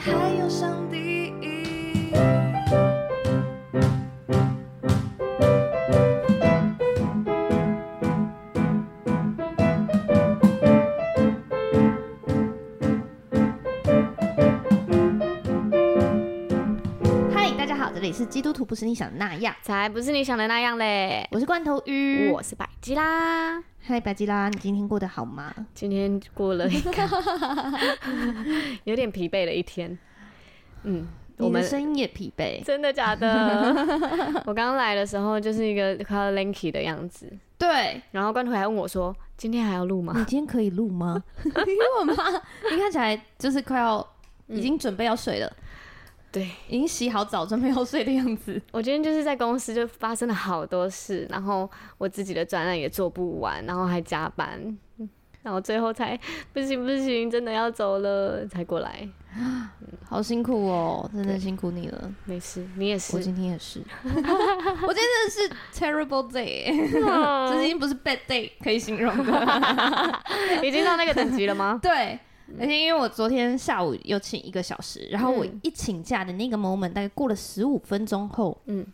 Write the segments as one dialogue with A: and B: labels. A: 还有上帝。
B: 嗨，大家好，这里是基督徒不是你想的那样，
C: 才不是你想的那样嘞！
B: 我是罐头鱼。
C: 我是百吉啦，
B: 嗨，白吉拉，你今天过得好吗？
C: 今天过了一个 有点疲惫的一天。嗯，我
B: 你的
C: 们
B: 声音也疲惫。
C: 真的假 的？我刚来的时候就是一个快要 lanky 的样子，
B: 对，
C: 然后罐头还问我说：“今天还要录吗
B: 你今天可以录吗？ 因为我妈，你看起来就是快要已经准备要睡了，？”
C: 对，
B: 已经洗好澡准备要睡的样子。
C: 我今天就是在公司就发生了好多事，然后我自己的专案也做不完，然后还加班，嗯然后最后才不行不行，真的要走了才过来。
B: 好辛苦哦，真的辛苦你了。
C: 没事，你也是
B: 我，今天也 是，我今天真的是 terrible day，
C: 哦
B: 这已经不是 bad day 可以形容的。
C: 已经到那个等级了吗？
B: 对，而且因为我昨天下午又请一个小时，然后我
C: 嗯
B: 一请假的那个 moment，大概过了十五分钟后，
C: 嗯，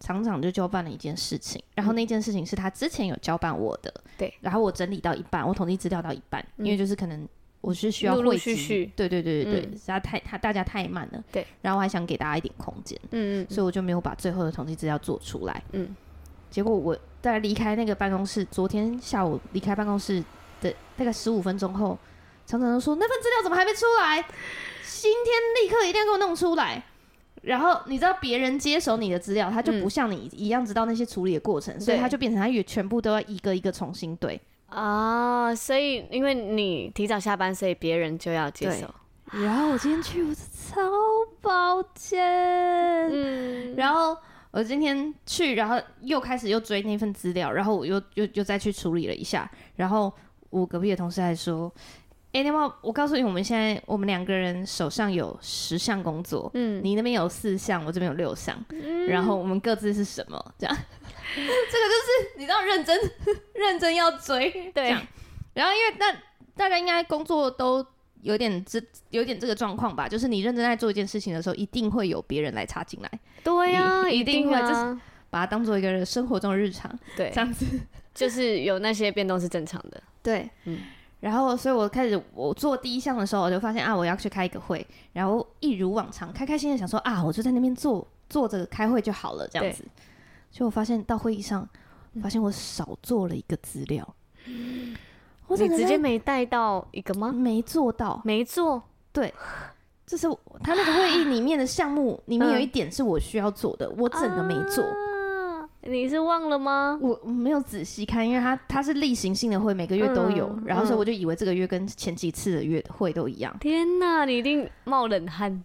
B: 厂长就交办了一件事情，然后那件事情是他之前有交办我的，
C: 对，
B: 然后我整理到一半，我统计资料到一半，
C: 嗯
B: 因为就是可能我是需要
C: 陆陆
B: 汇集
C: 续续
B: 对对对对对，
C: 嗯
B: 实在太他大家太慢了，
C: 对，
B: 然后我还想给大家一点空间，
C: 嗯
B: 所以我就没有把最后的统计资料做出来，
C: 嗯，
B: 结果我在离开那个办公室，昨天下午离开办公室的大概十五分钟后，厂长就说那份资料怎么还没出来？今天立刻一定要给我弄出来。然后你知道别人接手你的资料，他就不像你一样知道那些处理的过程，所以
C: 嗯对
B: 他就变成他也全部都要一个一个重新对。
C: 啊、哦，所以因为你提早下班，所以别人就要接手。
B: 然后我今天去，我超抱歉，
C: 嗯，
B: 然后我今天去，然后又开始又追那份资料，然后我又又又再去处理了一下，然后我隔壁的同事还说。哎、那么我告诉你，我们现在我们两个人手上有十项工作，
C: 嗯
B: 你那边有四项，我这边有六项，然后我们各自是什么？这样， 这个就是你知道认真 认真要追，这
C: 对啊
B: 样然后因为那大家应该工作都有点这有点这个状况吧，就是你认真在做一件事情的时候，一定会有别人来插进来，
C: 对呀、
B: 一一定
C: 定
B: 会
C: 啊，
B: 把它当做一个生活中的日常
C: 对
B: 这，样子。
C: 就是有那些变动是正常的。
B: 对，
C: 嗯
B: 然后，所以我开始我做第一项的时候，我就发现啊，我要去开一个会，然后一如往常，开开心心地想说啊，我就在那边坐坐着开会就好了，这样子。就我发现到会议上，发现我少做了一个资料，嗯我整
C: 你
B: 个
C: 直
B: 人
C: 接没带到一个吗？
B: 没做到。
C: 没做，
B: 对，就是我他那个会议里面的项目 里面有
C: 嗯
B: 一点是我需要做的，我整个没做。
C: 啊你是忘了吗？
B: 我我没有仔细看，因为它它是例行性的会，每个月都有，
C: 嗯
B: 然后所以
C: 嗯
B: 我就以为这个月跟前几次的月会都一样。
C: 天哪，你一定冒冷汗。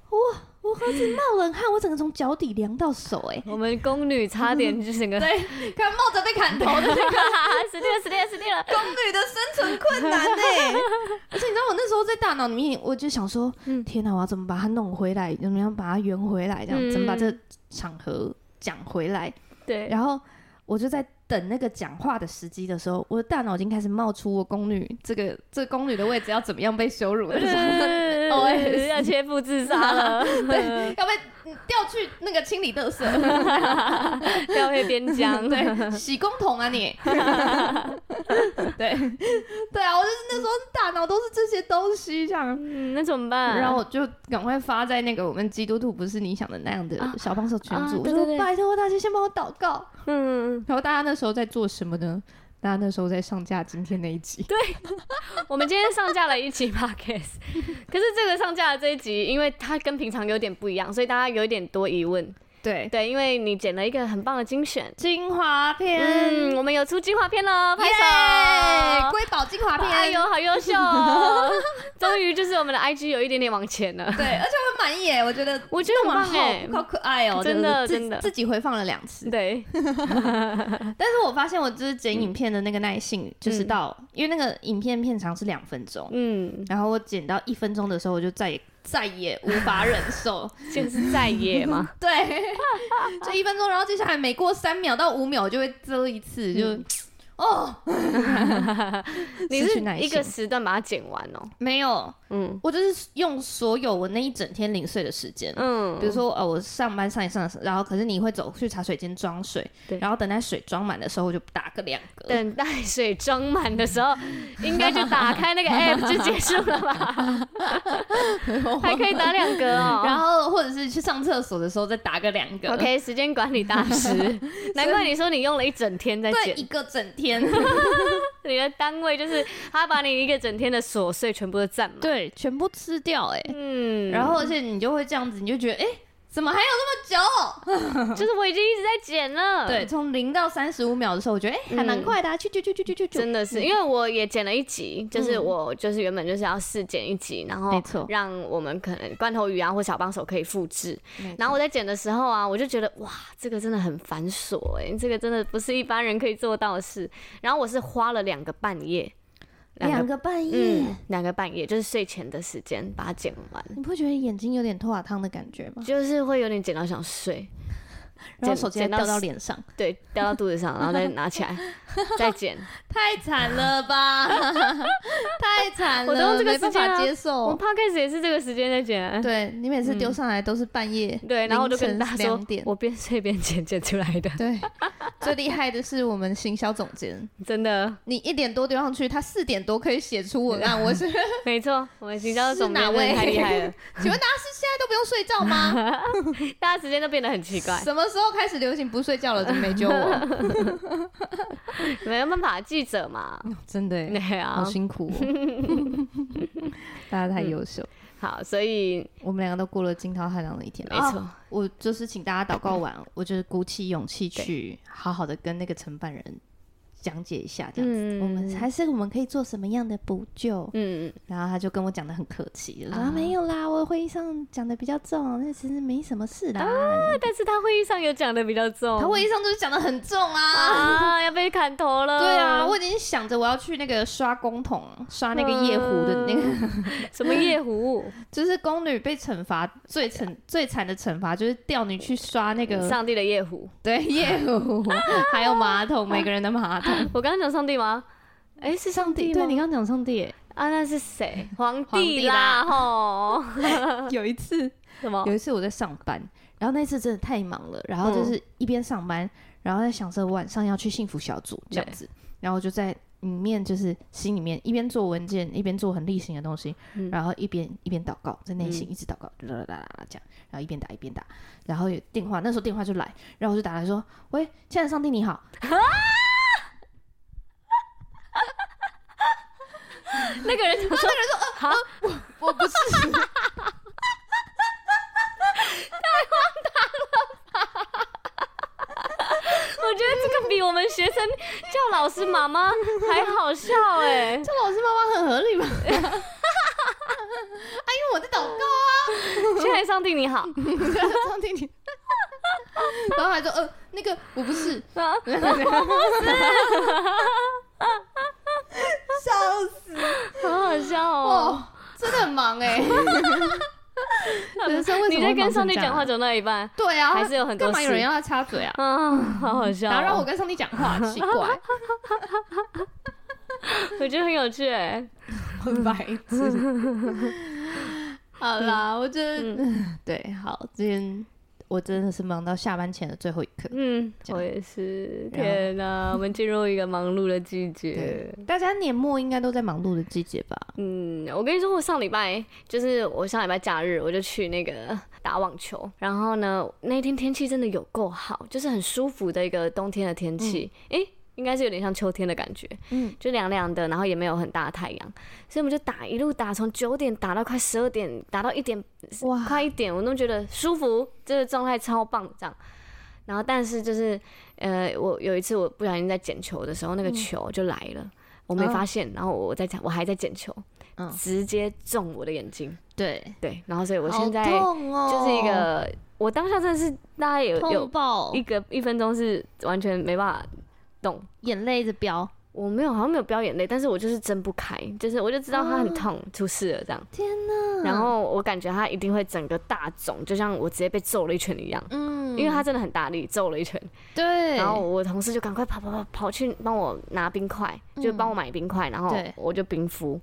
B: 我开始冒冷汗，我整个从脚底凉到手、欸，
C: 我们宫女差点就整个
B: 对哎， 看冒着被 砍头的
C: 哈哈 死定了，死定了，死定了！
B: 宫女的生存困难呢、 而且你知道我那时候在大脑里面，我就想说，
C: 嗯
B: 天哪，我要怎么把它弄回来？怎么样把它圆回来？这样、
C: 嗯
B: 怎么把这个场合讲回来？
C: 对，
B: 然后我就在等那个讲话的时机的时候，我的大脑已经开始冒出我宫女这个这个宫女的位置要怎么样被羞辱的时候。OS
C: 嗯 哦哎要切腹自杀 了，
B: 对，要被调去那个清理垃圾，
C: 调配边疆。
B: 对，洗工桶啊你，对对啊，我就是那时候大脑都是这些东西这样，
C: 嗯，那怎么办？
B: 然后我就赶快发在那个我们基督徒不是你想的那样的
C: 啊
B: 小帮手群
C: 啊
B: 组，我
C: 对
B: 说
C: 对对
B: 拜托大家先帮我祷告，
C: 嗯，
B: 然后大家那时候在做什么呢？大家那时候在上架今天那一集，对，
C: 我们今天上架了一集 podcast，可是 这个上架的这一集，因为它跟平常有点不一样，所以大家有一点多疑问。
B: 对
C: 对，因为你剪了一个很棒的精选。
B: 精华片，
C: 嗯，我们有出精华片了，拍
B: 耶，
C: 手！
B: 瑰宝精华片，
C: 哎呦，好优秀 哦！终于就是我们的 IG 有一点点往前了。
B: 对，而且我很满意耶，我觉得
C: 我觉得
B: 我
C: 很
B: 们
C: 棒耶
B: 好好可爱哦，
C: 真
B: 就是
C: 的
B: 自
C: 真的
B: 自己回放了两次，
C: 对，
B: 但是我发现我就是剪影片的那个耐性，就是到、因为那个影片片长是两分钟，
C: 嗯，
B: 然后我剪到一分钟的时候，我就再也再也无法忍 受，
C: 就是在野 嘛。
B: 对，就一分钟，然后接下来每过三秒到五秒我就会遮一次，就、
C: 嗯
B: 哦，
C: 你
B: 失
C: 是
B: 去耐
C: 一
B: 性
C: 个时段把它剪完哦、
B: 没有。
C: 嗯
B: 我就是用所有我那一整天零碎的时间，
C: 嗯，
B: 比如说，呃，我上班上一上，然后可是你会走去茶水间装水
C: 对，
B: 然后等待水装满的时候，我就打个两个。
C: 等待水装满的时候，应该就打开 那个 app 就结束了吧？还可以打两格哦。
B: 然后或者是去上厕所的时候再打个两个
C: OK，时间管理大 师， 难怪你说你用了一整天在
B: 对，
C: 剪
B: 一，个整 天，
C: 你的单位就是他把你一个整天的琐碎全部都占满。
B: 对，全部吃掉哎、
C: 嗯，
B: 然后而且你就会这样子，你就觉得哎、怎么还有那么久？
C: 就是我已经一直在剪了。
B: 对，，从零到三十五秒的时候，我觉得哎、还蛮快的、啊，去去去去去去去，
C: 嗯真的是，因为我也剪了一集，就是我就是原本就是要试剪一集，然后
B: 嗯没错
C: 让我们可能罐头鱼啊或小帮手可以复制
B: 没错。
C: 然后我在剪的时候啊，我就觉得哇，这个真的很繁琐哎、这个真的不是一般人可以做到的事。然后我是花了两个半夜，
B: 两个半夜，
C: 嗯，两个半夜就是睡前的时间把它剪完，
B: 你不会觉得眼睛有点脱瓦汤的感觉吗？
C: 就是会有点剪到想睡，
B: 然后
C: 剪
B: 手机还
C: 剪到
B: 掉到
C: 死
B: 脸上，
C: 对，掉到肚子上，然后再拿起 来再剪。
B: 太惨了 吧！太惨了，
C: 我都用这个
B: 没办
C: 时间
B: 法
C: 啊
B: 接
C: 我
B: 受。
C: podcast 也是这个时间在剪啊、
B: 对你每次丢上来都是半夜，
C: 嗯对，然后我就跟大家说
B: 两，点。
C: 我边睡边剪剪出来的，
B: 对，最厉害的是我们行销总监，
C: 真的，
B: 你一点多丢上去，他四点多可以写出文 案。我是，请
C: 没错，我们行销
B: 是
C: 总
B: 哪
C: 监真
B: 位
C: 的太厉害了，
B: 问大家是现在都不用睡觉吗？
C: 大家时间都变得很奇 怪，
B: 什么时候开始流行不睡觉了？怎么没揪 我？
C: 没有办法，记者嘛，
B: 真的耶，
C: 对
B: 好
C: 啊，
B: 辛苦哦。 大家太优秀，
C: 好，所以
B: 我们两个都过了惊涛骇浪的一天。
C: 没
B: 啊
C: 错，
B: 我就是请大家祷告完，我就是鼓起勇气去好好的跟那个承办人讲解一下，这样子。
C: 嗯
B: 我们还是我们可以做什么样的补救？
C: 嗯，
B: 然后他就跟我讲的很客气，我说、
C: 啊
B: 啊、没有啦，我会议上讲的比较重，那其实没什么事
C: 啊
B: 啦。
C: 但是他会议上有讲的比较重，
B: 他会议上就是讲的很重啊。
C: 啊，要被砍头了，
B: 对啊，我已经想着我要去那个刷公桶，刷那个夜壶的那个，
C: 啊什么夜壶
B: 就是宫女被惩罚最惩最惨的惩罚就是调你去刷那个
C: 上帝的夜壶，
B: 对夜壶，还有马桶，每个人的马桶。
C: 我刚刚讲上帝 吗？哎，是上帝吗？
B: 对你刚刚讲上帝耶，
C: 啊，那是谁？ 皇
B: 皇帝
C: 帝啦，吼，
B: 有一次，
C: 什么
B: 有？一次我在上班，然后那次真的太忙了，然后就是一边上班，然后在想着晚上要去幸福小组这样子，然后就在里面就是心里面一边做文件，一边做很例行的东西，
C: 嗯
B: 然后一边一边祷告，在内心一直祷告，啦啦啦啦啦这样，然后一边打一边打，然后有电话，那时候电话就来，然后我就打来说：“喂，亲爱的上帝你好。”
C: 那个人怎么说？那个人说，啊，
B: 我不是。太荒唐了吧！
C: 我觉得这个比我们学生叫老师妈妈还好笑哎、
B: 这老师妈妈很合理吧？ 啊，因为我在祷告啊，
C: 亲爱的上帝你好，
B: 上帝你。 然后还说，呃，那个我不 是，
C: 啊
B: 笑死
C: 好好笑哦、
B: 哦，真的很忙哎、人生为什么会忙成这样
C: 你在跟上帝讲话讲到一半，
B: 对啊，
C: 还是有很多
B: 干嘛有
C: 事
B: 人要他插嘴啊？
C: 啊，好好笑、哦
B: 然后让我跟上帝讲 话，奇怪，
C: 我觉得很有趣哎、
B: 很白痴。嗯好啦，我觉得、对，好，今天我真的是忙到下班前的最后一刻。
C: 嗯，我也是，天哪，我们进入一个忙碌的季节
B: 对。，大家年末应该都在忙碌的季节吧？
C: 嗯，我跟你说，我上礼拜就是我上礼拜假日，我就去那个打网球。然后呢，那天天气真的有够好，就是很舒服的一个冬天的天气。诶、应该是有点像秋天的感觉，
B: 嗯
C: 嗯，就凉凉的，然后也没有很大的太阳，所以我们就打一路打，从九点打到快十二点，打到一点
B: 哇
C: 快一点，我都觉得舒服，这个状态超棒这样。然后但是就是呃，我有一次我不小心在捡球的时候，那个球就来了，我没
B: 嗯哦
C: 发现，然后我在我还在捡球，
B: 嗯
C: 直接中我的眼睛，
B: 对，
C: 对，然后所以我
B: 我
C: 现在
B: 痛哦，
C: 就是一个，我当下真的是大概有
B: 痛哦
C: 有
B: 爆
C: 一，个一分钟是完全没办法动。
B: 眼泪一直飙。
C: 我没有，好像没有飙眼泪，但是我就是睁不开，就是我就知道它很痛，出事了这样。
B: 哦天哪！
C: 然后我感觉它一定会整个大肿，就像我直接被揍了一拳一样，
B: 嗯
C: 因为它真的很大力，揍了一拳。
B: 对，
C: 然后我同事就赶快跑跑跑跑去帮我拿冰块，就帮我买冰块，然后
B: 嗯对
C: 我就冰敷。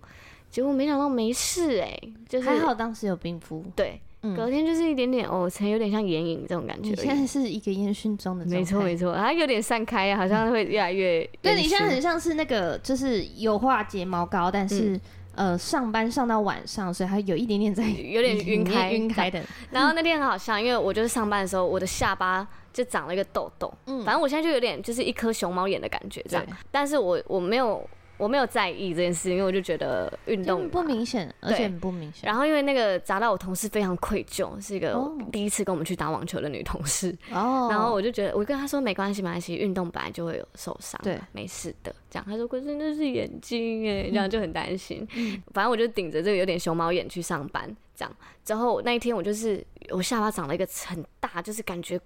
C: 结果没想到没事哎、就是
B: 还好当时有冰敷。
C: 对，
B: 嗯，
C: 隔天就是一点点哦，才有点像眼影这种感觉
B: 你
C: 而已。
B: 现在是一个烟熏妆的状态，
C: 没错没错，它有点散开啊，好像会越来越。
B: 对
C: 延
B: 你现在
C: 续
B: 很像是那个，就是有画睫毛膏，但
C: 嗯
B: 是、呃上班上到晚上，所以它有一点点在
C: 有点晕开
B: 晕开的。
C: 然后那天很好笑，因为我就是上班的时候，我的下巴就长了一个痘痘，
B: 嗯
C: 反正我现在就有点就是一颗熊猫眼的感觉这样
B: 对。
C: 但是我我没有我没有在意这件事，因为我就觉得运动
B: 嗯不
C: 嘛
B: 明显，而且很不明显。
C: 然后因为那个砸到我同事非常愧疚，是一个
B: 哦
C: 第一次跟我们去打网球的女同事。
B: 哦，
C: 然后我就觉得，我跟她说没关系，没关系，运动本来就会有受伤，
B: 对，
C: 没事的。这样她说，可是那是眼睛哎，
B: 嗯
C: 这样就很担心。 反正我就顶着这个有点熊猫眼去上班，这样。之后那一天我就是我下巴长了一个很大，就是感觉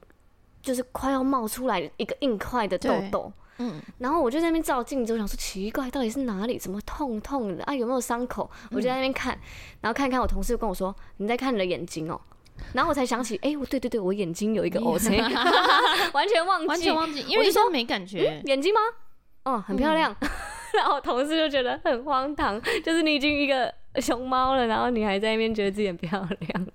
C: 就是快要冒出来一个硬块的痘
B: 对
C: 痘。
B: 嗯，
C: 然后我就在那边照镜子，我想说奇怪，到底是哪里？怎么痛痛的啊？有没有伤口？我就在
B: 嗯
C: 那边看，然后看一看，我同事跟我说：“你在看你的眼睛哦。”然后我才想起，哎、我对对对，我眼睛 有一个 O C，完全忘记，
B: 完全忘记，因为
C: 我就嗯
B: 你说没感觉，
C: 眼睛吗？哦，很漂亮。
B: 嗯
C: 然后我同事就觉得很荒唐，就是你已经一个熊猫了，然后你还在那边觉得自己很漂亮。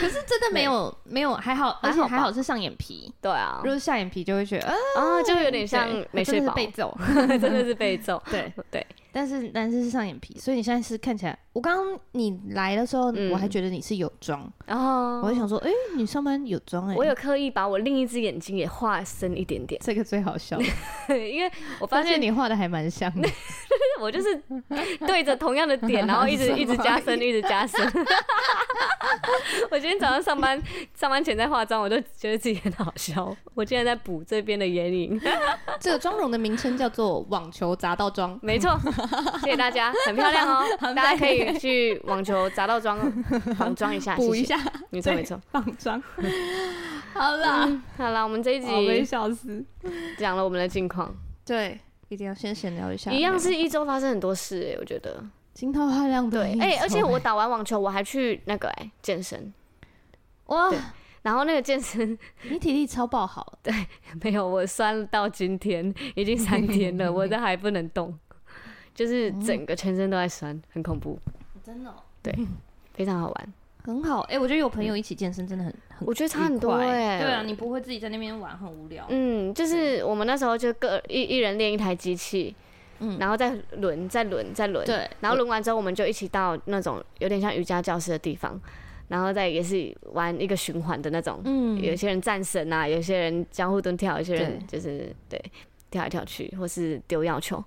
B: 可是真的没有没有还好，而
C: 还好
B: 且
C: 吧
B: 还好是上眼皮，
C: 对啊
B: 如，果是下眼皮就会觉得，呃，
C: 啊，就有点像
B: 对
C: 没睡
B: 真的
C: 饱
B: 是，被揍。
C: 真的是被揍。
B: 对，
C: 对，
B: 但是但是是上眼皮，所以你现在是看起来，我刚刚你来的时候，
C: 嗯
B: 我还觉得你是有妆，
C: 然后
B: 我还想说，哎，你上班有妆哎，
C: 我有刻意把我另一只眼睛也画深一点点，
B: 这个最好笑。
C: 因为 我
B: 发
C: 发
B: 现
C: 现
B: 你画的还蛮像的，
C: 我就是对着同样的点，然后一
B: 什
C: 直
B: 么
C: 一直加深，一直加深。 我今天早上上班上班前在化妆，我就觉得自己很好笑。我竟然在补这边的眼影，
B: 这个妆容的名称叫做网球砸到妆。
C: 没错，谢谢大家，很漂亮 哦，大家可以去网球砸到妆仿妆一下，
B: 补一
C: 谢谢，
B: 下，
C: 没错没错。
B: 放妆。 好啦，
C: 嗯好了，我们这一
B: 我被
C: 集
B: 笑死。
C: 讲了我们的近况，
B: 对，一定要先闲聊一下。
C: 一样是一周发生很多事哎、我觉得。
B: 惊涛骇浪的
C: 对
B: 一，欸种。
C: 哎、而且我打完网球，我还去那个哎、健身，
B: 哇，
C: 然后那个健身
B: 你体力超爆好，
C: 没有，我酸到今天已经三天了，我这还不能动，就是
B: 哦
C: 整个全身都在酸，很恐怖，
B: 真的哦
C: 非常好玩，
B: 很好。哎，我觉得有朋友一起健身真的很很，
C: 我觉得差很多哎、
B: 对啊，你不会自己在那边玩很无聊。
C: 嗯，就是我们那时候就各一一人练一台机器，
B: 嗯
C: 然后再轮，再轮，再轮，
B: 对，
C: 然后轮完之后，我们就一起到那种有点像瑜伽教室的地方，然后再也是玩一个循环的那种，
B: 嗯
C: 有些人战神啊，有些人交互蹲跳，有些人
B: 对
C: 就是对跳来跳去，或是丢药球，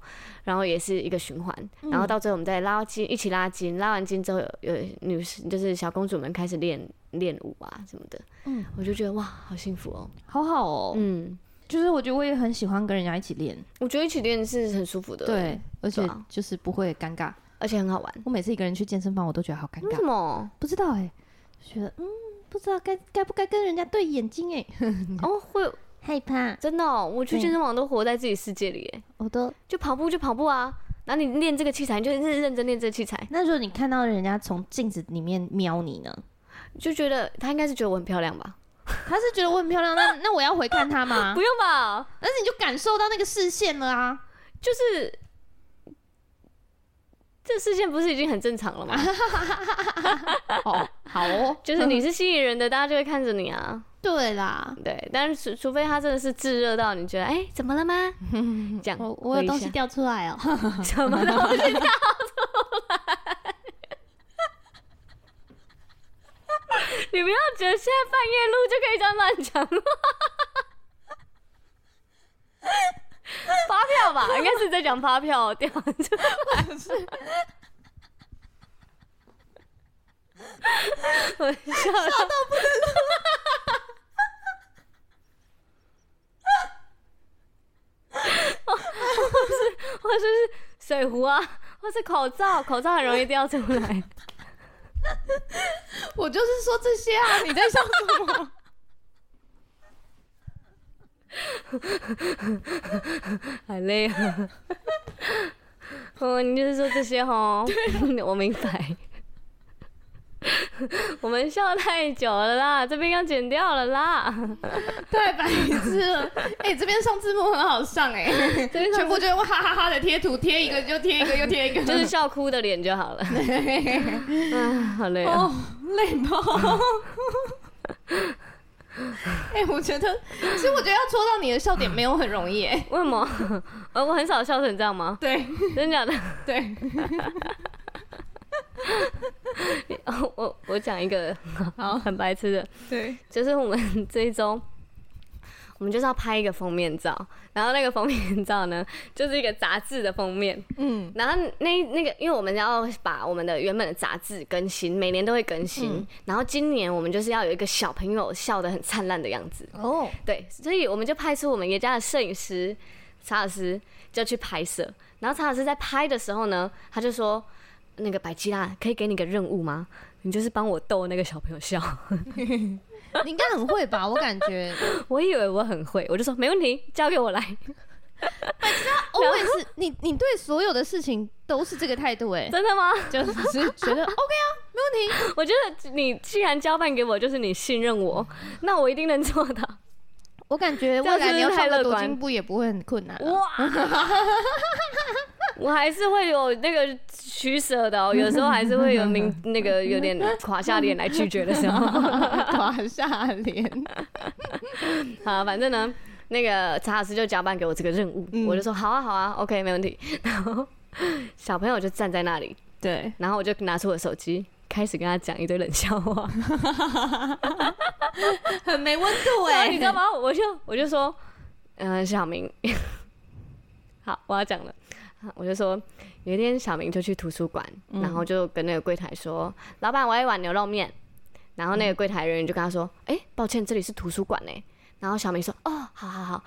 C: 然后也是一个循环，
B: 嗯
C: 然后到最后我们再拉筋，一起拉筋，拉完筋之后有有女生就是小公主们开始练练舞啊什么的，
B: 嗯
C: 我就觉得哇，好幸福哦，
B: 好好哦。
C: 嗯，
B: 就是我觉得我也很喜欢跟人家一起练，
C: 我觉得一起练是很舒服的，，
B: 对，而且
C: 对啊
B: 就是不会尴尬。
C: 而且很好玩，
B: 我每次一个人去健身房，我都觉得好尴
C: 为
B: 尬
C: 什。么？
B: 不知道哎、觉得嗯，不知道该该不该跟人家对眼睛哎、
C: 哦，会
B: 害怕，
C: 真的哦、我去
B: 对
C: 健身房都活在自己世界里耶，
B: 我都。
C: 就跑步就跑步啊，然后你练这个器材，你就认认真练这个器材，
B: 那如果你看到人家从镜子里面瞄你呢？
C: 就觉得他应该是觉得我很漂亮吧？
B: 他是觉得我很漂亮，那那我要回看他吗
C: 不？用吧，
B: 但是你就感受到那个视线了 啊！
C: 就是这事件不是已经很正 常了吗？
B: 哦，好哦，
C: 就是你是吸引人的，大家就会看着你啊，
B: 对啦，
C: 对。但是除除非他真的是炙热到你觉得，哎、怎么了 吗？这样
B: 我我有东西
C: 回一
B: 掉出来哦，
C: 下什么东西掉出来？你不要觉得现在半夜录就可以这样乱讲话，发票吧，应该是在讲发票啊掉出来。我笑到不能录，或者是水壶啊，或是口罩，口罩很容易掉出来。
B: 我就是说这些啊，你在笑什么？
C: 好累啊！
B: 啊
C: 哦，你就是说这些哦，我明白。我们笑太久了啦，这边要剪掉了 啦。
B: 太白痴了！哎、这边上字幕很好上哎、
C: 这边上
B: 全部就是哇哈哈哈的贴图，贴一个就贴一个又贴一个，
C: 就是笑哭的脸就好了。啊，好累啊！
B: 哦，累爆！ 哎、我觉得，其实我觉得要戳到你的笑点没有很容易哎、
C: 为什么？呃，我很少笑成这样吗？
B: 对
C: 真的假的？
B: 对，
C: 我我讲一个
B: 好
C: 很白痴的，
B: 对，
C: 就是我们这一周，我们就是要拍一个封面照，然后那个封面照呢，就是一个杂志的封面，
B: 嗯
C: 然后那那个，因为我们要把我们的原本的杂志更新，每年都会更新。然后今年我们就是要有一个小朋友笑得很灿烂的样子，
B: 哦，
C: 对，所以我们就派出我们爷家的摄影师查尔斯就去拍摄。然后查尔斯在拍的时候呢，他就说：“那个百吉拉，可以给你个任务吗？你就是帮我逗那个小朋友笑。
B: 你应该很会吧？我感觉”
C: 我以为我很会，我就说没问题，交给我来。
B: 哦，我也是，你你对所有的事情都是这个态度哎、
C: 真的吗？
B: 就只是觉得 OK 啊，没问题。
C: 我觉得你既然交办给我，就是你信任我，那我一定能做到。
B: 我感觉
C: 这
B: 未
C: 样是不
B: 来
C: 是
B: 你要
C: 太
B: 上
C: 乐
B: 个多
C: 观
B: 进步也不会很困难啊、
C: 哇！我还是会有那个取舍的、哦，有时候还是会有明那个有点垮下脸来拒绝的时候。
B: 垮下脸，
C: 好，反正呢，那个查老师就交办给我这个任务，我就说好啊好啊，OK 没问题。 然后小朋友就站在那里，
B: 对，
C: 然后我就拿出我的手机。开始跟他讲一堆冷笑话，
B: 很没温度
C: 然后你知道吗？我就我就说，嗯、小明，好，我要讲了。我就说，有一天小明就去图书馆，然后就跟那个柜台说：“老板，我要一碗牛肉面。”然后那个柜台人员就跟他说：“哎、抱歉，这里是图书馆呢。”然后小明说：“哦，好好好，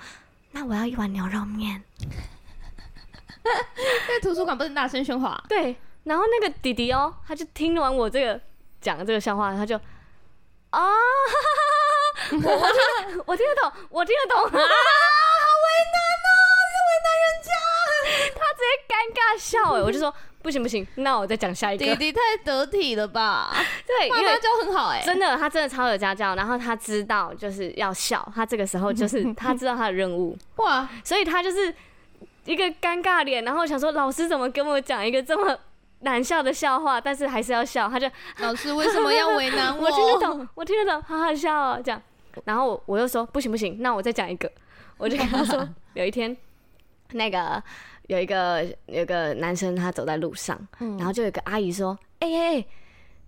C: 那我要一碗牛肉面。
B: 在图书馆不能大声喧哗”，
C: 对，然后那个弟弟哦，他就听完我这个讲这个笑话，他就啊， 我我听得我听得懂，我听得懂啊，好为难哦，是为难人家，他直接尴尬 笑哎，我就说不行不行，那我再讲下一个
B: 弟，弟太得体了 吧？
C: 对，
B: 妈
C: 因为
B: 妈教很好哎、
C: 真的，他真的超有家教，然后他知道就是要笑，他这个时候就 是他知道他的任务，
B: 哇，
C: 所以他就是一个尴尬脸，然后想说老师怎么跟我讲一个这么难笑的笑话，但是还是要笑，他就
B: 老师为什么要为难
C: 我听得懂，我听得懂，好好笑哦，这样。然后我我又说不行不行，那我再讲一个，我就跟他说，有一天那个有一个有一个男生他走在路上，然后就有一个阿姨说，哎、哎、哎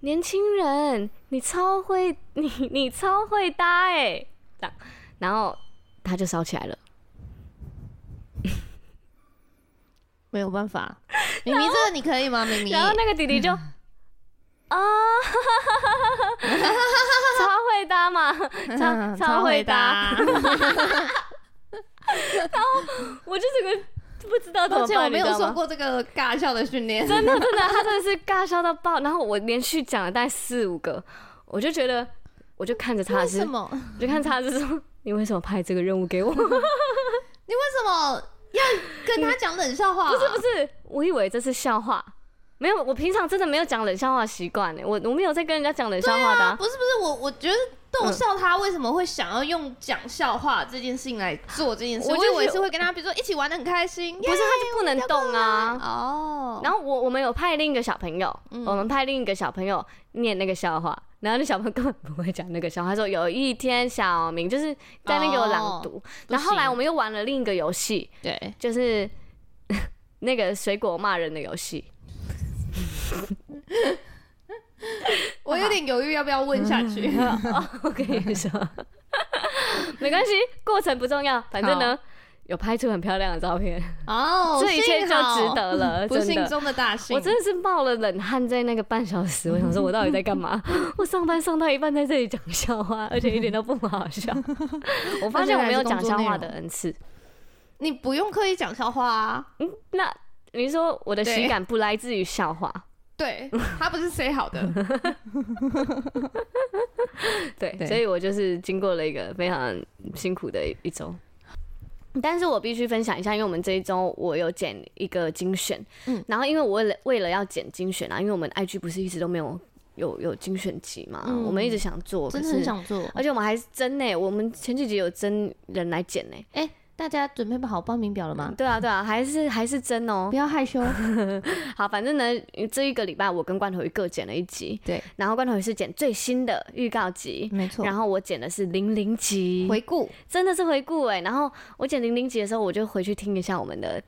C: 年轻人，你超会 你你超会搭哎、这样，然后他就烧起来了。
B: 没有办法，明明这个你可以吗？明明，
C: 然后那个弟 弟就啊， 超会搭嘛，
B: 嗯
C: 超超会搭，我就整个不知道怎
B: 抱
C: 么
B: 歉，我
C: 办，你
B: 没
C: 知
B: 有
C: 道
B: 受
C: 吗？
B: 过这个尬笑的训练。
C: 真的真的，他真的是尬笑到爆。然后我连续讲了大概四五个，我就觉得，我就看着他
B: 为
C: 是
B: 什，么？
C: 我就看他是说，你为什么派这个任 务给我？
B: 你为什么要跟他讲冷笑话、
C: 不是不是，我以为这是笑话，没有，我平常真的没有讲冷笑话习惯欸呢，我我没有在跟人家讲冷笑话的啊、
B: 啊，不是不是，我我觉得逗笑他为什么会想要用讲笑话这件事情来做这件事？
C: 我
B: 我
C: 就
B: 以为
C: 是
B: 是会跟他，比如说一起玩的很开心，
C: 不是，他就不能动啊。
B: 哦，
C: 然后我我们有派另一个小朋友，
B: 嗯
C: 我们派另一个小朋友念那个笑话，然后那小朋友根本不会讲那个笑话，他说有一天小明就是在那边给我朗
B: 哦
C: 读，然后后来我们又玩了另一个游戏，
B: 对，
C: 就是 那个水果骂人的游戏，
B: 我有点犹豫要不要问下去。
C: 我跟你说，没关系，过程不重要，反正呢。有拍出很漂亮的照片，
B: 哦，
C: 这一切就
B: 幸 好
C: 值得了，
B: 不
C: 真
B: 幸
C: 的。
B: 中的大幸。
C: 我真的是冒了冷汗，在那个半小时，我想说，我到底在干嘛？ 我上班上到一半，在这里讲笑话，而且一点都不好 笑。我发现我没有讲笑话的恩赐。
B: 你不用刻意讲笑话啊，
C: 那你说我的喜感不来自于笑话？
B: 对他不是 say 好的，
C: 对，
B: 对
C: 所以我就是经过了一个非常辛苦的一周。但是我必须分享一下，因为我们这一周我有剪一个精选，
B: 嗯
C: 然后因为我为了为了要剪精选啊，因为我们 IG 不是一直都没有有有精选集嘛，
B: 嗯
C: 我们一直想做，
B: 真
C: 可
B: 的
C: 是
B: 很想做。
C: 而且我们还真呢、我们前几集有真人来剪呢、
B: 大家准备好报名表了吗？
C: 对啊，对啊，还是还是真哦、
B: 不要害 羞，
C: 好，反正呢，这一个礼拜我跟罐头鱼各剪了一集，
B: 对，
C: 然后罐头鱼是剪最新的预告集，
B: 没错。
C: 然后我剪的是零零集，
B: 回顾，
C: 真的是回顾哎、然后我剪零零集的时候，我就回去听一下我们的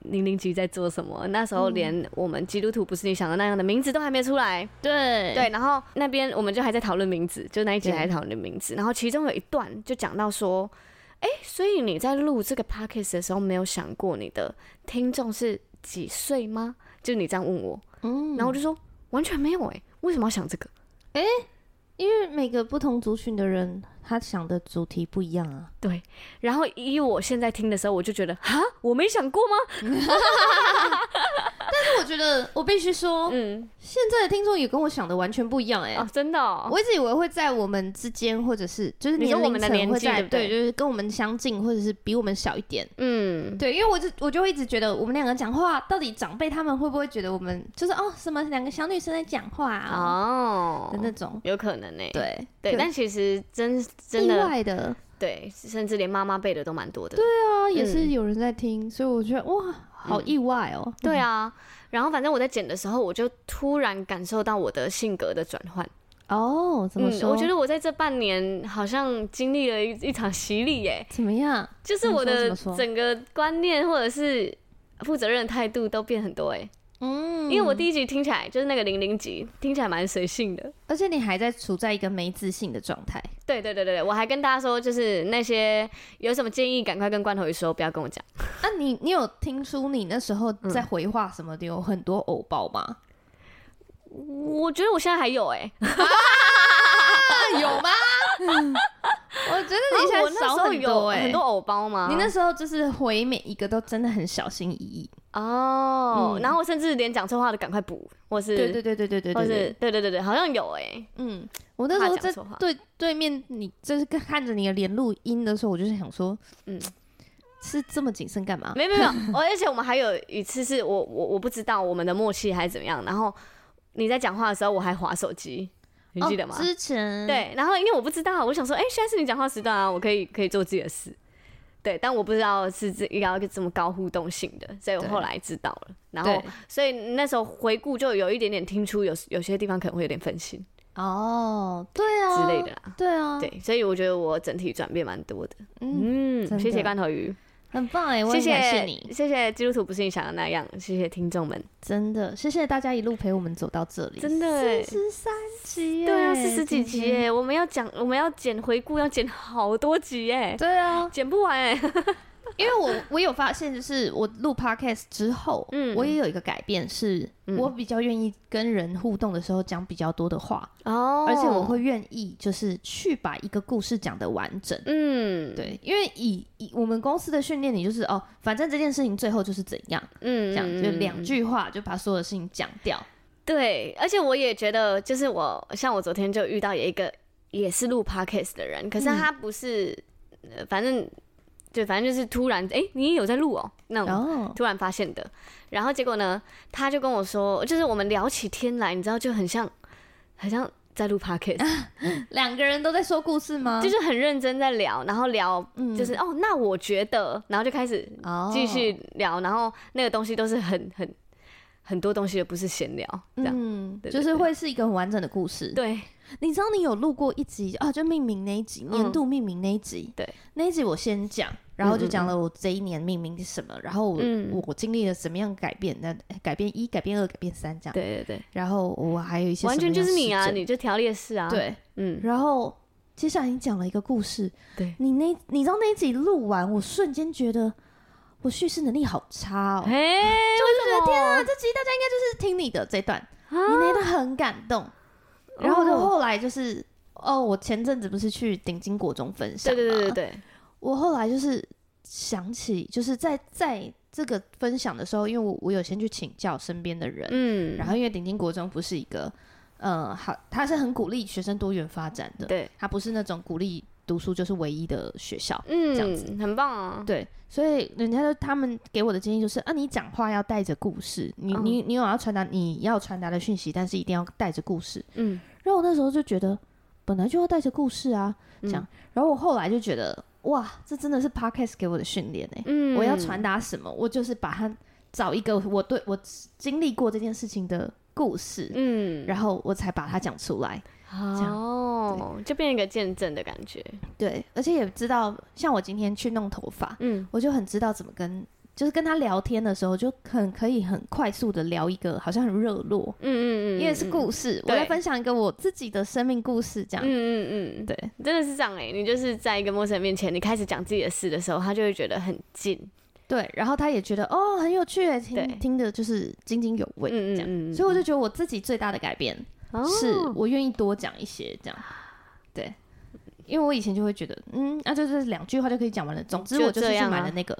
C: 零零集在做什么。那时
B: 嗯
C: 候连我们基督徒不是你想的那样的名字都还没出来，
B: 对
C: 对，然后那边我们就还在讨论名字，就那一集
B: 对
C: 还在讨论名字，然后其中有一段就讲到说，哎、所以你在录这个 podcast 的时候，没有想过你的听众是几岁吗？就你这样问我，
B: 嗯，
C: 然后我就说完全没有哎、为什么要想这个？
B: 因为每个不同族群的人，他想的主题不一样 啊。
C: 对，然后以我现在听的时候，我就觉得哈，我没想过吗？
B: 但是我觉得，我必须说，
C: 嗯，
B: 现在的听众也跟我想的完全不一样哎、
C: 哦，真的、哦，
B: 我一直以为会在我们之间，或者是就是
C: 你
B: 年
C: 说我
B: 龄
C: 们的
B: 层
C: 年
B: 会
C: 纪
B: 在
C: 对不对
B: 就是跟我们相近，或者是比我们小一点。
C: 嗯，
B: 对，因为我就我就会一直觉得我们两个讲话，到底长辈他们会不会觉得我们就是哦什么两个小女生在讲话啊、
C: 哦
B: 的，那种？
C: 有可能呢、
B: 对
C: 对，
B: 可
C: 但其实真真
B: 意
C: 的
B: 外的，
C: 对，甚至连妈妈辈的都蛮多的。
B: 对啊，也是有人在听，所以我觉得哇，好意外哦。
C: 对啊，然后反正我在剪的时候，我就突然感受到我的性格的转换。
B: 哦，怎么
C: 嗯，
B: 说？
C: 我觉得我在这半年好像经历了一一场洗礼耶，
B: 怎么样？
C: 就是
B: 怎么说
C: 我
B: 怎
C: 的
B: 么说
C: 整个观念或者是负责任的态度都变很多哎。
B: 嗯，
C: 因为我第一集听起来就是那个零零集，听起来蛮随性的。
B: 而且你还在处在一个没自信的状态，
C: 对对对对对，我还跟大家说，就是那些有什么建议，赶快跟罐头鱼说，不要跟我讲。
B: 那、你你有听出你那时候在回话什么的有很多偶包吗？
C: 我觉得我现在还有哎、
B: 啊，有吗？ 我觉得你
C: 啊我
B: 现在
C: 那
B: 少
C: 时候
B: 很
C: 有
B: 多哎、
C: 很多偶包啊吗？
B: 你那时候就是回每一个都真的很小心翼翼。
C: 哦，
B: 嗯
C: 然后我甚至连讲错话的赶快补，或是
B: 对对对对对对
C: 或
B: 对
C: 是对对对对，好像有哎、
B: 嗯，我那时候
C: 怕讲
B: 在
C: 错话
B: 对对面你就是看着你的连录音的时候，我就是想说，嗯
C: 嗯，
B: 是这么谨慎干嘛？
C: 没没没有， 我而且我们还有一次是我我我不知道我们的默契还是怎么样，然后你在讲话的时候我还划手机，你记得吗？
B: 哦之前，
C: 对，然后因为我不知道，我想说，哎、现在是你讲话时段啊，我可以可以做自己的事。对，但我不知道是这要一个这么高互动性的，所以我
B: 对
C: 后来知道了。然后
B: 对，
C: 所以那时候回顾就有一点点听出有有些地方可能会有点分心
B: 哦，对啊
C: 之类的，啦。
B: 对啊，
C: 对，所以我觉得我整体转变蛮多的。
B: 嗯，
C: 嗯
B: 真，的
C: 谢谢罐头鱼，
B: 很棒哎、我
C: 谢
B: 也感谢
C: 谢
B: 你，
C: 谢谢基督徒不是你想的那样，谢谢听众们，
B: 真的谢谢大家一路陪我们走到这里，
C: 真的哎
B: 四十三集耶，
C: 对啊，四十几集
B: 今天，
C: 耶，我们要讲，我们要剪回顾，要剪好多集耶，
B: 对啊，
C: 剪不完哎。
B: 因为我我有发现，就是我录 podcast 之后，
C: 嗯
B: 我也有一个改变是，
C: 嗯
B: 我比较愿意跟人互动的时候讲比较多的话，
C: 哦
B: 而且我会愿意就是去把一个故事讲得完整。
C: 嗯，，
B: 对，因为以以我们公司的训练，你就是哦，反正这件事情最后就是怎样，
C: 嗯
B: 这样就两。
C: 嗯嗯
B: 句话就把所有的事情讲掉。
C: 对，而且我也觉得，就是我像我昨天就遇到有一个也是录 podcast 的人，可
B: 嗯
C: 是他不是，呃反正对，反正就是突然，哎、你也有在录哦、那种
B: 哦，
C: 突然发现的。然后结果呢，他就跟我说，就是我们聊起天来，你知道，就很像，很像在录
B: 嗯
C: podcast，
B: 两个人都在说故事吗？
C: 就是很认真在聊，然后聊
B: 嗯
C: 就是、哦，那我觉得，然后就开始
B: 哦
C: 继续聊，然后那个东西都是很很很多东西，不是闲聊这样。
B: 嗯，
C: 对对
B: 就是
C: 对
B: 会是一个很完整的故事。
C: 对，
B: 你知道你有录过一集啊，就命名那一集，
C: 嗯
B: 年度命名那一集。
C: 对，
B: 那一集我先讲，然后就讲了我这一年命名是什么，然后我、
C: 嗯
B: 我经历了什么样的改变，那改变一、改变二、改变三这样。
C: 对对对，
B: 然后我还有一些
C: 完全就是你啊，
B: 什么样的
C: 你就条列式啊。
B: 事，对。
C: 嗯，
B: 然后接下来你讲了一个故事，
C: 对，
B: 你那你知道那一集录完，我瞬间觉得我叙事能力好差哦，
C: 哎，我就觉得天
B: 啊，这集大家应该就是听你的这段，你
C: 啊，
B: 那段很感动。然后就后来就是，哦，我前阵子不是去顶金国中分享
C: 对
B: 吗？
C: 对对对对，
B: 我后来就是想起，就是在在这个分享的时候，因为我我有先去请教身边的人，
C: 嗯，
B: 然后因为顶金国中不是一个，呃，好，他是很鼓励学生多元发展的，
C: 对
B: 他不是那种鼓励。读书就是唯一的学校。
C: 嗯，
B: 这样子
C: 很棒啊。
B: 对，所以人家就他们给我的建议就是啊，你讲话要带着故事，你
C: 嗯
B: 你你有要传达你要传达的讯息，但是一定要带着故事。
C: 嗯，
B: 然后我那时候就觉得，本来就要带着故事啊，这
C: 嗯
B: 样。然后我后来就觉得，哇，这真的是 podcast 给我的训练哎、
C: 嗯，
B: 我要传达什么，我就是把它找一个我对我经历过这件事情的故事，
C: 嗯，
B: 然后我才把它讲出来。样
C: 哦，就变成一个见证的感觉。
B: 对，而且也知道，像我今天去弄头发，
C: 嗯
B: 我就很知道怎么跟，就是跟他聊天的时候，就很可以很快速的聊一个好像很热络，
C: 嗯嗯嗯，
B: 因为是
C: 嗯
B: 故事，我
C: 对
B: 在分享一个我自己的生命故事，这样。
C: 嗯嗯嗯，
B: 对，
C: 真的是这样哎、你就是在一个陌生人面前，你开始讲自己的事的时候，他就会觉得很近。
B: 对，然后他也觉得哦很有趣耶，
C: 对
B: 听听的就是津津有味，
C: 嗯嗯
B: 这样。
C: 嗯嗯
B: 所以我就觉得我自己最大的改变
C: 哦
B: 是我愿意多讲一些，这样。对，因为我以前就会觉得，嗯，啊，就是两句话就可以讲完了。总之
C: 就
B: 我就是
C: 这
B: 去
C: 样
B: 买
C: 啊
B: 了那个，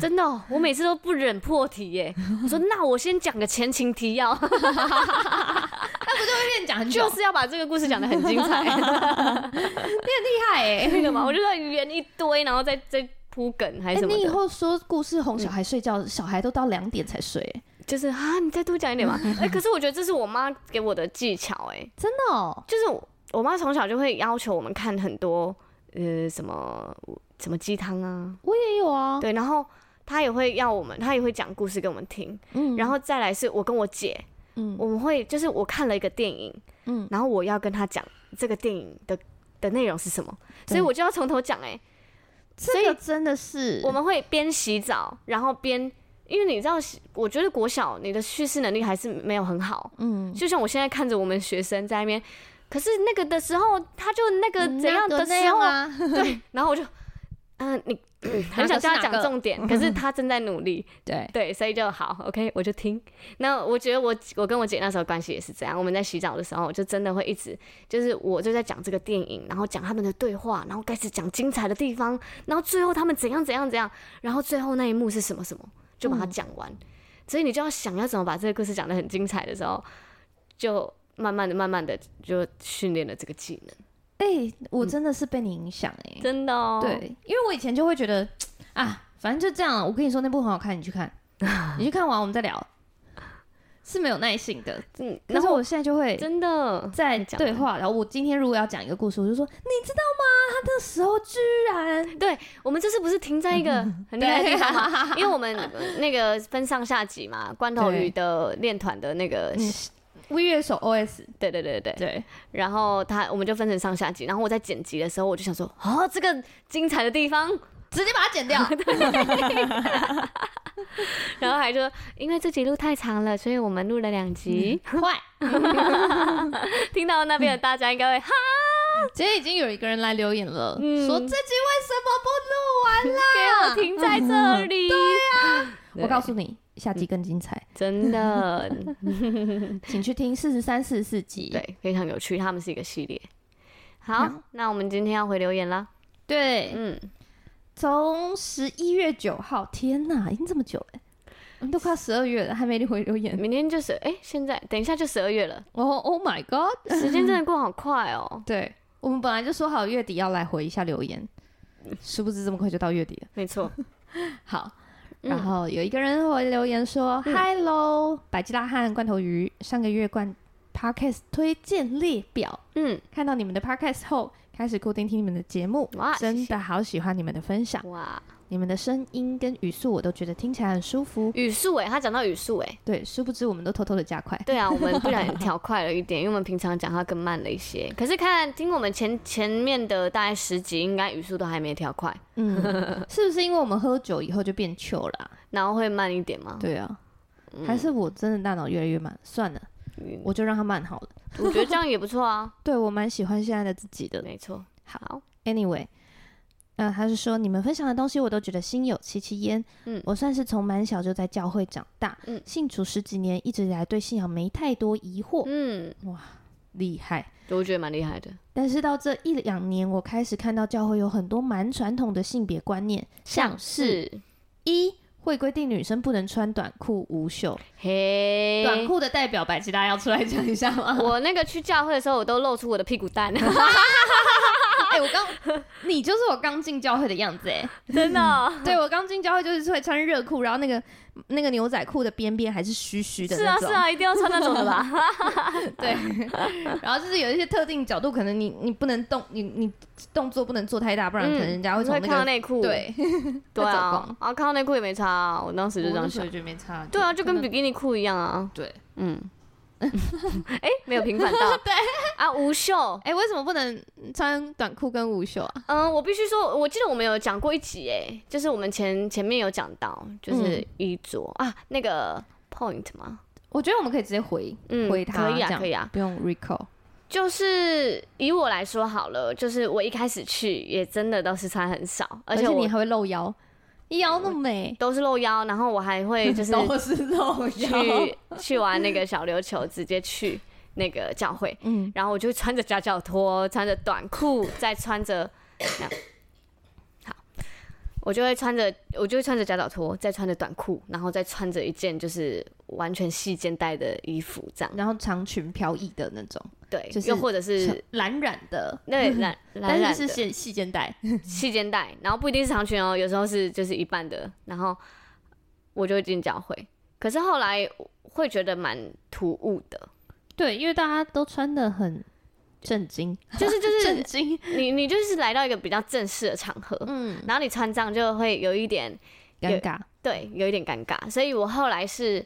C: 真的哦、我每次都不忍破题耶、我说那我先讲个前情提要，
B: 跟你讲很久，
C: 就是要把这个故事讲得很精 彩，
B: 厉害哎、
C: 那个嘛，我就在圆一堆，然后再再铺梗还
B: 哎、
C: 是什么
B: 你以
C: 的，嗯
B: 后说故事哄小孩睡觉，小孩都到两点才睡、哎
C: 就是啊，你再多讲一 点嘛。哎、可是我觉得这是我妈给我的技巧哎、
B: 真的哦，
C: 就是我我妈从小就会要求我们看很多呃什么什么鸡汤啊，
B: 我也有啊。
C: 对，然后她也会要我们，她也会讲故事给我们听，
B: 嗯
C: 然后再来是我跟我姐，
B: 嗯
C: 我们会就是我看了一个电影，
B: 嗯，
C: 然后我要跟她讲这个电影的的内容是什么，所以
B: 对
C: 我就要从头讲哎、所
B: 这
C: 以
B: 个真的是
C: 我们会边洗澡，然后边，因为你知道，我觉得国小你的叙事能力还是没有很好，
B: 嗯。
C: 就像我现在看着我们学生在那边，可是那个的时候，他就那个怎样
B: 嗯那
C: 的
B: 个那
C: 时候，
B: 样啊？
C: 对，然后我就，嗯、你 很想叫他讲重 点，可是他正在努力，
B: 对，
C: 对，所以就好，OK，我就听。那我觉得我我跟我姐那时候关系也是这样，我们在洗澡的时候就真的会一直，就是我就在讲这个电影，然后讲他们的对话，然后开始讲精彩的地方，然后最后他们怎样怎样怎样，然后最后那一幕是什么什么，就把它讲完。所以你就要想要怎么把这个故事讲得很精彩的时候，就慢慢的、慢慢的就训练了这个技能，
B: 哎、我真的是被你影响哎、
C: 嗯真的哦。，
B: 对，因为我以前就会觉得啊，反正就这样了。我跟你说那部很好看，你去 看，你去看完我们再聊，是没有耐性的。
C: 嗯，
B: 可
C: 然
B: 是
C: 后
B: 我现在就会
C: 真的
B: 在
C: 你讲
B: 对
C: 完
B: 话，然后我今天如果要讲一个故事，我就说你知道吗？他那时候居然
C: 对我们这次不是停在一 个很厉害的地方吗？因为我们呃那个分上下集嘛，关头鱼的练团的那个，
B: 嗯微乐手 OS
C: 对对对对对。
B: 对，
C: 然后他我们就分成上下集，然后我在剪辑的时候，我就想说，哦，这个精彩的地方，
B: 直接把它剪 掉。
C: 然后还说，因为这集录太长了，所以我们录了两集。
B: 坏，
C: 听到那边的大家应 该会哈，
B: 今天已经有一个人来留言了，
C: 嗯
B: 说这集为什么不录完啦？
C: 给我停在这里。啊嗯对啊
B: 我告诉你，下
C: 嗯
B: 集更精彩，
C: 真的，
B: 请去听四十三、四十四集。
C: 对，非常有趣，他们是一个系列。好，那我们今天要回留言啦。
B: 对，
C: 嗯，
B: 从十一月九号，天哪，已经这么久了，我们都快十二月了，还没回留言。
C: 明天就是哎、现在等一下就十二月了，
B: 哦、oh,，Oh my God！
C: 时间真的过好快哦。
B: 对我们本来就说好月底要来回一下留言，殊不知这么快就到月底了。
C: 没错，
B: 好，
C: 嗯
B: 然后有一个人回留言说、
C: 嗯
B: h e l l o 百吉拉汉罐头鱼，上个月罐 Podcast 推荐列表，
C: 嗯，
B: 看到你们的 Podcast 后，开始固定听你们的节目
C: 哇，谢
B: 真
C: 谢
B: 的好喜欢你们的分享，
C: 哇，
B: 你们的声音跟语速我都觉得听起来很舒服。
C: 语速哎，他讲到语速哎，
B: 对，殊不知我们都偷偷的加快。
C: 对啊，我们不然调快了一点，因为我们平常讲话更慢了一些。可是看听我们前前面的大概十集，应该语速都还没调快，
B: 嗯， 是不是因为我们喝酒以后就变糗了啊、
C: 然后会慢一点吗？
B: 对啊，还是我真的大脑越来越慢？算了，
C: 嗯
B: 我就让它慢好了。
C: 我觉得这样也不错啊。
B: 对我蛮喜欢现在的自己的。
C: 没错， 好，
B: Anyway，呃，他是说你们分享的东西我都觉得心有戚戚焉。
C: 嗯
B: 我算是从蛮小就在教会长大，
C: 嗯
B: 信主十几年，一直以来对信仰没太多疑惑，
C: 嗯，
B: 厉害。
C: 我觉得蛮厉害的。
B: 但是到这一两年，我开始看到教会有很多蛮传统的性别观念，像是一会规定女生不能穿短裤、无袖，
C: 嘿，
B: 短裤的代表白 吉拉要出来讲一下吗？
C: 我那个去教会的时候，我都露出我的屁股蛋。
B: 哎、我刚，你就是我刚进教会的样子哎、
C: 真的哦、
B: 对我刚进教会就是会穿热裤，然后那个那个牛仔裤的边边还是虚虚的
C: 是
B: 那
C: 啊
B: 种，
C: 是啊，一定要穿那种的 吧？
B: 对， 然后就是有一些特定角度，可能你你不能动，你你动作不能做太大，不然可能人家会
C: 嗯你
B: 从
C: 会看
B: 那
C: 到
B: 个
C: 内裤，
B: 对
C: 对
B: 会走
C: 啊
B: 光，
C: 啊，看到内裤也没差、啊，我当时就这样想。
B: 觉得没差。
C: 对啊，就
B: 可
C: 跟
B: 能
C: 比基尼裤一样啊。
B: 对，
C: 嗯，哎、没有平 反到。对啊，无袖。
B: 哎、为什么不能穿短裤跟无袖啊？
C: 嗯，我必须说，我记得我们有讲过一集，哎，就是我们前前面有讲到，
B: 嗯
C: 就是衣着、啊，那个 point 嘛，
B: 我觉得我们可以直接回、
C: 嗯，
B: 回他，
C: 可以
B: 这
C: 啊，
B: 样
C: 可以啊。
B: 不用 recall。
C: 就是以我来说好了，就是我一开始去也真的都是穿很少，
B: 而
C: 而且我
B: 你还会露腰，腰那么美，
C: 都是露腰，然后我还会 就是
B: 是露
C: 去 去玩那个小琉球，直接去那个教会，
B: 嗯，
C: 然后我就穿着夹脚拖，穿着短裤，再穿着那样好，我就会穿着我就会穿着夹脚拖，再穿着短裤，然后再穿着一件就是完全细肩带的衣服，这样
B: 然后长裙飘逸的那种，
C: 对，
B: 就是
C: 又或者是。
B: 蓝染的，
C: 对染染
B: 但
C: 染
B: 是是
C: 的
B: 细细肩带，
C: 细肩带，然后不一定是长裙哦，有时候是就是一半的，然后我就会进教会。可是后来会觉得蛮突兀的，
B: 对，因为大家都穿的很震惊，
C: 就是 就
B: 震
C: 是
B: 惊，
C: 你你就是来到一个比较正式的场合，
B: 嗯，
C: 然后你穿这样就会有一点
B: 尴尬，
C: 对，有一点尴尬。所以我后来是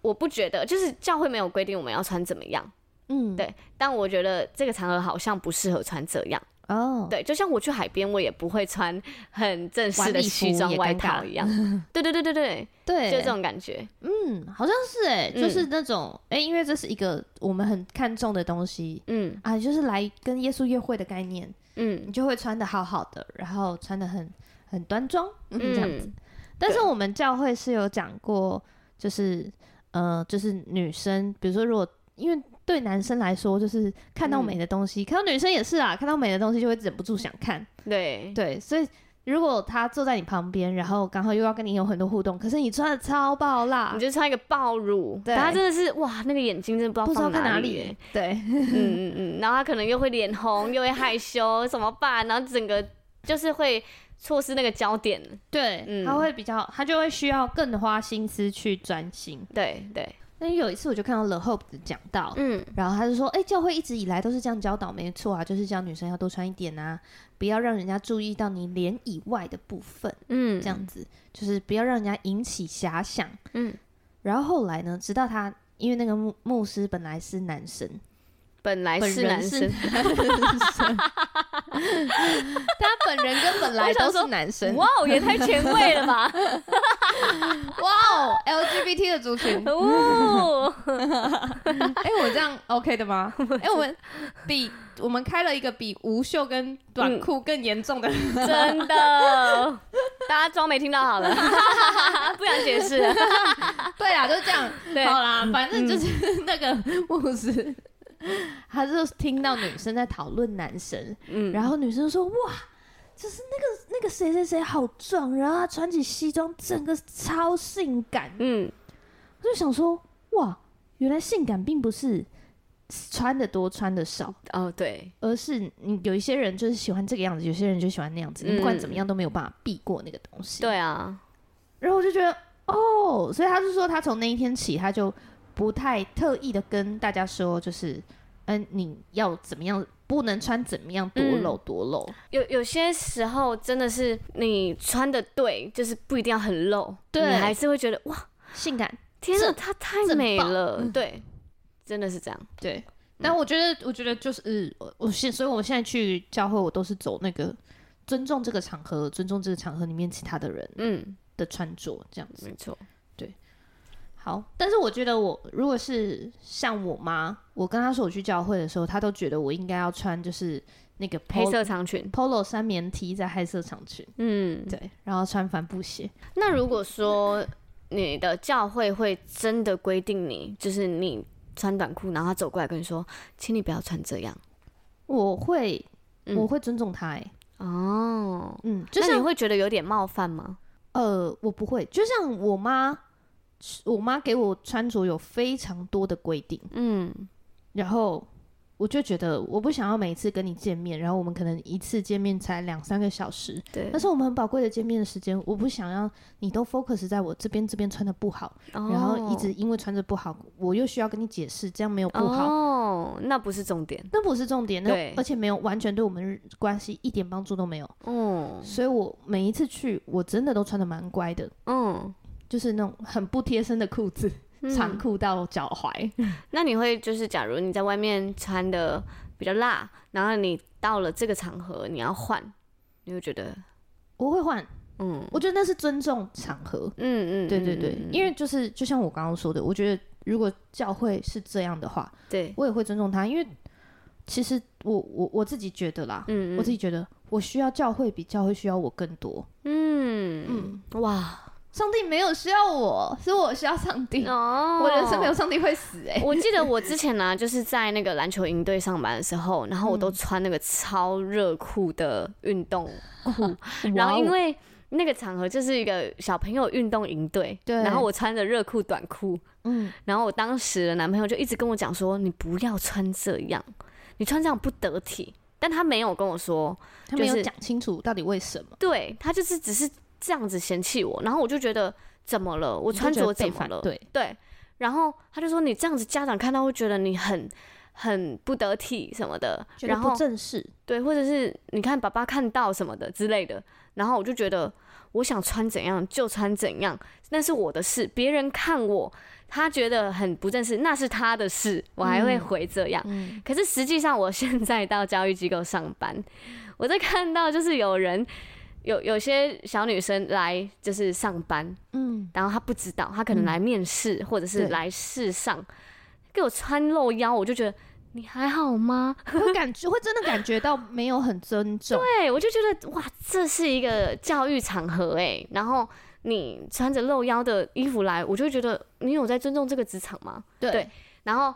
C: 我不觉得，就是教会没有规定我们要穿怎么样，
B: 嗯，
C: 对但我觉得这个场合好像不适合穿这样。
B: 哦，
C: 对，就像我去海边，我也不会穿很正式
B: 晚
C: 的
B: 礼
C: 西
B: 服
C: 装
B: 也
C: 外
B: 尴
C: 套
B: 尬
C: 一样。对对对对对，
B: 对，
C: 就这种感觉。
B: 嗯，好像是哎、
C: 嗯
B: 就是那种哎、因为这是一个我们很看重的东西
C: 嗯
B: 啊，就是来跟耶稣约会的概念，
C: 嗯
B: 你就会穿的好好的，然后穿的很很端庄、嗯、 这样子。
C: 嗯，
B: 但是我们教会是有讲过，就是呃，就是女生，比如说如果因为对男生来说，就是看
C: 嗯
B: 到美的东西，看到女生也是啊，看到美的东西就会忍不住想看，
C: 对，
B: 对，所以。如果他坐在你旁边，然后刚好又要跟你有很多互动，可是你穿的超爆辣
C: 你，就穿一个爆乳，
B: 啊对
C: 他真的是哇，那个眼睛真的不
B: 不
C: 知
B: 知道
C: 道放
B: 看
C: 哪
B: 哪
C: 里
B: 里
C: 耶
B: 欸。对，
C: 嗯嗯嗯，然后他可能又会脸红，又会害羞， 怎么办？然后整个就是会错失那个焦点。
B: 对，
C: 嗯
B: 他会比较，他就会需要更花心思去专心。
C: 对对，
B: 那有一次我就看到 The Hope 讲到，
C: 嗯
B: 然后他就说：“哎、教会一直以来都是这样教导，没错啊，就是叫女生要多穿一点啊，不要让人家注意到你脸以外的部分，
C: 嗯，
B: 这样子就是不要让人家引起遐想。”
C: 嗯，
B: 然后后来呢，直到他因为那个牧牧师本来是男 生，
C: 本来
B: 本
C: 是
B: 人
C: 男生，
B: 男生他本人跟本来
C: 我想
B: 都
C: 说
B: 是男生，
C: 哇，也太前卫了 吧！
B: 哇哦，LGBT 的族 群。
C: 哦，
B: 哎、我这样 OK 的吗？哎、我们比我们开了一个比无袖跟短
C: 嗯
B: 裤更严重的，
C: 真的，大家装没听到好了， 不想解释了。
B: 对啊，就是这样。
C: 对嗯
B: 好啦，反正就是 那个牧师，他就听到女生在讨论男神，
C: 嗯，
B: 然后女生说：“哇，就是那个那个谁谁谁好壮，然后他穿起西装，整个超性感。”
C: 嗯，
B: 我就想说：“哇，原来性感并不是穿的多穿的少。”
C: 哦对，
B: 而是你有一些人就是喜欢这个样子，有些人就喜欢那样子，
C: 嗯
B: 你不管怎么样都没有办法避过那个东西。，
C: 对啊，
B: 然后我就觉得哦，所以他就说他从那一天起，他就不太特意的跟大家说，就是嗯、你要怎么样，不能穿怎么样多露多露。
C: 有有些时候真的是你穿的对，就是不一定要很露，
B: 对
C: 你还是会觉得哇，
B: 性感。
C: 天呐，
B: 这
C: 她太
B: 这
C: 美
B: 棒
C: 了，嗯对，真的是这样，
B: 对，但我觉得，我觉得就是呃我现，所以我现在去教会，我都是走那个尊重这个场合，尊重这个场合里面其他的人
C: 嗯，
B: 的穿着这样子。
C: 没错，
B: 好，但是我觉得我如果是像我妈，我跟她说我去教会的时候，她都觉得我应该要穿就是那个 polo,
C: 黑色长裙，
B: polo 三棉 T 在黑色长裙，
C: 嗯，
B: 对，然后穿帆布鞋。
C: 那如果说你的教会会真的规定你，就是你穿短裤，然后他走过来跟你说，请你不要穿这样，
B: 我会，
C: 嗯
B: 我会尊重她、欸，
C: 哦，
B: 嗯，就
C: 那你
B: 像
C: 会觉得有点冒犯吗？
B: 呃，我不会，就像我妈，我妈给我穿着有非常多的规定，
C: 嗯，
B: 然后我就觉得我不想要每次跟你见面，然后我们可能一次见面才两三个小时，
C: 对
B: 但，是我们很宝贵的见面的时间，我不想要你都 focus 在我这边这边穿的不好，
C: 哦
B: 然后一直因为穿着不好，我又需要跟你解释，这样没有不好，
C: 哦，那不是重点，
B: 那不是重点，那
C: 对
B: 而且没有完全对我们关系一点帮助都没有。
C: 嗯
B: 所以我每一次去，我真的都穿的蛮乖的，
C: 嗯，
B: 就是那种很不贴身的裤子，
C: 嗯
B: 长裤到脚踝。
C: 那你会就是，假如你在外面穿的比较辣，然后你到了这个场合你要换，你会觉得，
B: 我会换，
C: 嗯
B: 我觉得那是尊重场合。
C: 嗯嗯，
B: 对对对，因
C: 为
B: 为就是就像我刚刚说的，我觉得如果教会是这样的话，
C: 对，
B: 我也会尊重他，因为其实我我我自己觉得啦，
C: 嗯
B: 我自己觉得我需要教会比教会需要我更多。
C: 嗯嗯，哇，
B: 上帝没有需要我，是我需要上帝。
C: 哦
B: 我人生 没有。上帝会死哎、
C: 我记得我之前呢、就是在那个篮球营队上班的时候，然后我都穿那个超热裤的运动
B: 嗯
C: 裤，
B: 哦
C: 然后因为那个场合就是一个小朋友运动营队，
B: 对
C: 然后我穿着热裤短裤，
B: 嗯，
C: 然后我当时的男朋友就一直跟我讲说，你不要穿这样，你穿这样不得体。但他没有跟我说，
B: 他没
C: 就
B: 有
C: 是
B: 讲清楚到底为什么，
C: 对他就是只是这样子嫌弃我，然后我就觉得怎么了？我
B: 我
C: 穿着怎
B: 被
C: 么
B: 反
C: 了？
B: 对，
C: 对，然后他就说你这样子，家长看到会觉得你很很不得体什么的，
B: 觉得
C: 然
B: 不
C: 后
B: 正式，
C: 对，或者是你看爸爸看到什么的之类的，然后我就觉得我想穿怎样就穿怎样，那是我的事，别人看我他觉得很不正式，那是他的事，我还会
B: 嗯
C: 回这样。
B: 嗯，
C: 可是实际上，我现在到教育机构上班，我在看到就是有人有有些小女生来就是上班，
B: 嗯，
C: 然后她不知道，她可
B: 嗯
C: 能来面试、或者是
B: 对
C: 来试上，给我穿露腰，我就觉得你还好吗？
B: 会感觉会真的感觉到没有很尊重，
C: 对，我就觉得哇，这是一个教育场合哎、然后你穿着露腰的衣服来，我就会觉得你有在尊重这个职场吗？
B: 对
C: 对然后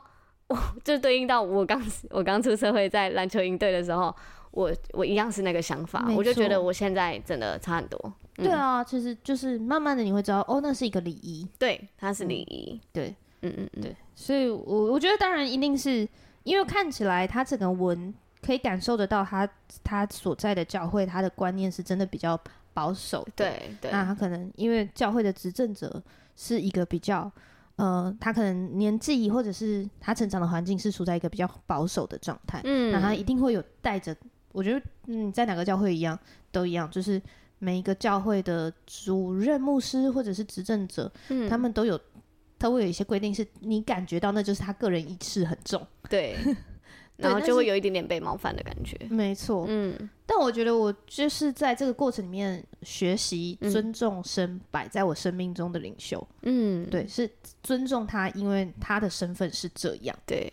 C: 我就对应到我刚我刚出社会在篮球营队的时候，我我一样是那个想法，
B: 没
C: 我就觉得
B: 错
C: 我现在真的差很多。嗯
B: 对啊，其实就是慢慢的你会知道，哦，那是一个礼仪，
C: 对，他是礼仪，
B: 对，
C: 嗯嗯嗯，
B: 对，所以我我觉得当然一定是因为看起来他整个文可以感受得到他他所在的教会他的观念是真的比较保守的，
C: 对对，
B: 那他可能因为教会的执政者是一个比较。呃，他可能年纪或者是他成长的环境是处在一个比较保守的状态，
C: 嗯
B: 那他一定会有带着，我觉得嗯，在哪个教会一样都一样，就是每一个教会的主任牧师或者是执政者，
C: 嗯
B: 他们都有，都会有一些规定，是你感觉到那就是他个人意识很重，
C: 对，然后
B: 但
C: 就会
B: 是
C: 有一点点被冒犯的感觉。
B: 没错。
C: 嗯
B: 但我觉得我就是在这个过程里面学习
C: 嗯
B: 尊重神摆在我生命中的领袖，
C: 嗯，
B: 对，是尊重他，因为他的身份是这样，
C: 对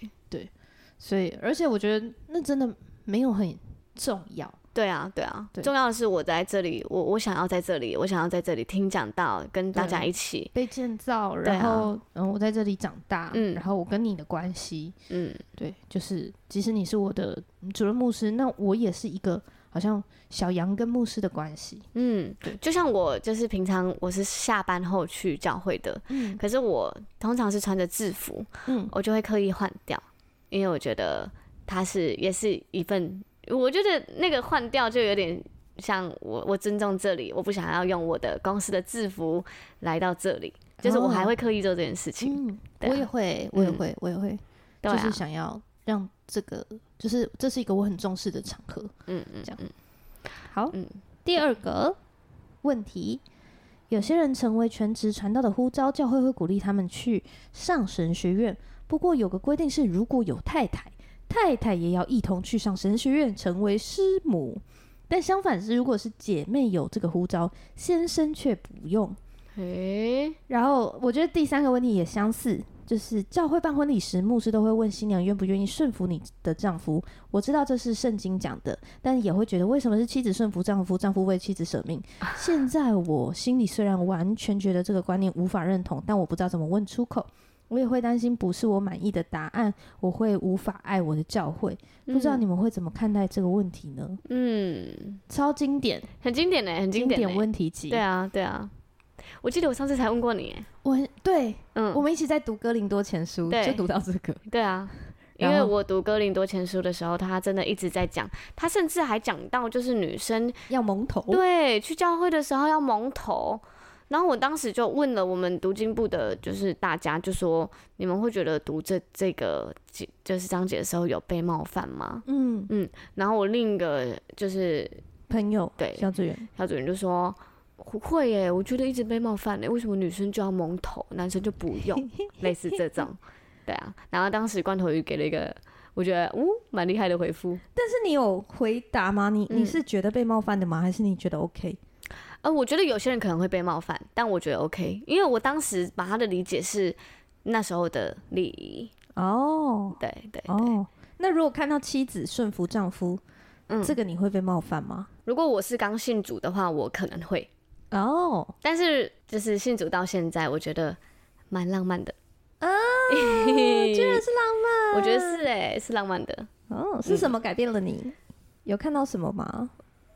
B: 所以而且我觉得那真的没有很重要，
C: 对啊，对啊，
B: 对
C: 重要的是我在这里，我我想要在这里，我想要在这里听讲到，跟大
B: 对
C: 家一起，
B: 被建造，
C: 对啊
B: 然后、嗯，我在这里长大，
C: 嗯
B: 然后我跟你的关系，
C: 嗯，
B: 对，就是即使你是我的嗯主任牧师，那我也是一个好像小羊跟牧师的关系，
C: 嗯
B: 对，
C: 就像我就是平常我是下班后去教会的，
B: 嗯
C: 可是我通常是穿着制服，
B: 嗯，
C: 我就会刻意换掉，因为我觉得它是也是一份，我觉得那个换掉就有点像我我尊重这里，我不想要用我的公司的制服来到这里，就是我
B: 哦
C: 还会刻意做这件事情，
B: 嗯，
C: 对啊
B: 我也会，我也
C: 嗯
B: 会，我也会，
C: 对
B: 就是
C: 啊，
B: 想要让这个，就是这是一个我很重视的场合，
C: 嗯嗯
B: 这样好，
C: 嗯
B: 第二个问题，有些人成为全职传道的呼召，教会会鼓励他们去上神学院。不过有个规定是，如果有太太，太太也要一同去上神学院，成为师母。但相反是，如果是姐妹有这个呼召，先生却不用。
C: 诶、
B: 然后我觉得第三个问题也相似，就是教会办婚礼时，牧师都会问新娘愿不愿意顺服你的丈夫。我知道这是圣经讲的，但也会觉得为什么是妻子顺服丈夫，丈夫为妻子舍 命？现在我心里虽然完全觉得这个观念无法认同，但我不知道怎么问出口。我也会担心不是我满意的答案，我会无法爱我的教会。不知道你们会怎么看待这个问题呢？
C: 嗯，
B: 超经典，
C: 很经典呢、很经典、欸，
B: 典问题集。
C: 对啊，对啊，我记得我上次才问过你、欸，
B: 我很对、
C: 嗯，
B: 我们一起在读《哥林多前书》，
C: 对
B: 就读到这个。
C: 对啊，因
B: 然
C: 为
B: 后
C: 我读哥林多前书的时候，他真的一直在讲，他甚至还讲到就是女生
B: 要蒙头，
C: 对，去教会的时候要蒙头。然后我当时就问了我们读经部的，就是大家就说，你们会觉得读这这个节就是章节的时候有被冒犯吗？
B: 嗯，
C: 然后我另一个就是
B: 朋友，
C: 对
B: 小组员，
C: 小主任就说，不会耶，我觉得一直被冒犯嘞，为什么女生就要蒙头，男生就不 用？类似这种，对啊。然后当时罐头鱼给了一个我觉得呜蛮厉害的回复，
B: 但是你有回答吗？你你
C: 嗯
B: 是觉得被冒犯的吗？还是你觉得 OK？
C: 呃，我觉得有些人可能会被冒犯，但我觉得 OK，因为我当时把他的理解是那时候的礼仪，
B: 哦
C: 对对对。
B: 哦，那如果看到妻子顺服丈夫，
C: 嗯
B: 这个你会被冒犯吗？
C: 如果我是刚信主的话，我可能会，
B: 哦，
C: 但是就是信主到现在，我觉得蛮浪漫的
B: 啊
C: 哦居然是浪漫，我觉得是哎、是浪漫的。
B: 哦，是什么改变了你？有看到什么吗？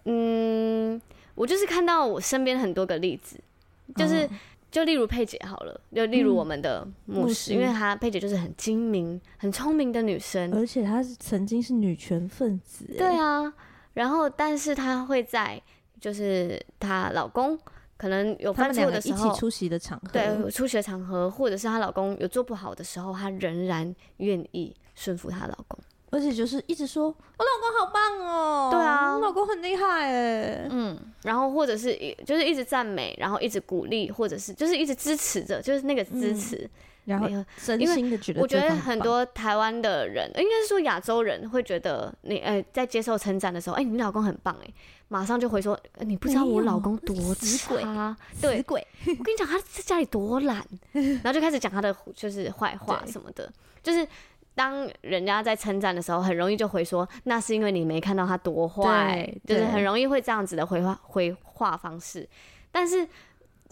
C: 嗯，我就是看到我身边很多个例子，就是、
B: 哦
C: 就例如佩姐好了，就例如我们的
B: 嗯
C: 牧
B: 牧
C: 师，
B: 师
C: 因为她佩姐就是很精明、很聪明的女生，
B: 而且她是曾经是女权分子，
C: 嗯
B: 欸
C: 对啊，然后但是她会在就是她老公可能有
B: 他
C: 犯
B: 们两个
C: 错的
B: 一
C: 时
B: 起
C: 候，
B: 出席的场合，
C: 对出血场合，或者是她老公有做不好的时候，她仍然愿意顺服她老公。
B: 而且就是一直说我老公好棒哦，
C: 对啊
B: 我老公很厉害哎，
C: 嗯，然后或者是一就是一直赞美，然后一直鼓励，或者是就是一直支持着，就是那个支
B: 嗯
C: 持。
B: 然后
C: 没有
B: 真
C: 因为
B: 心的觉得，
C: 我觉得很，多台湾的人，呃应该是说亚洲人会觉得你，呃，在接受称赞的时候，哎、你老公很棒、哎，马上就会说，呃你不知道
B: 没有
C: 我老公多
B: 死鬼
C: 差，对
B: 死，鬼，
C: 我跟你讲，他在家里 多懒，然后就开始讲他的就是坏话
B: 对
C: 什么的，就是当人家在称赞的时候，很容易就回说，那是因为你没看到他多坏，就
B: 对
C: 是
B: 对
C: 很容易会这样子的回话回话方式。但是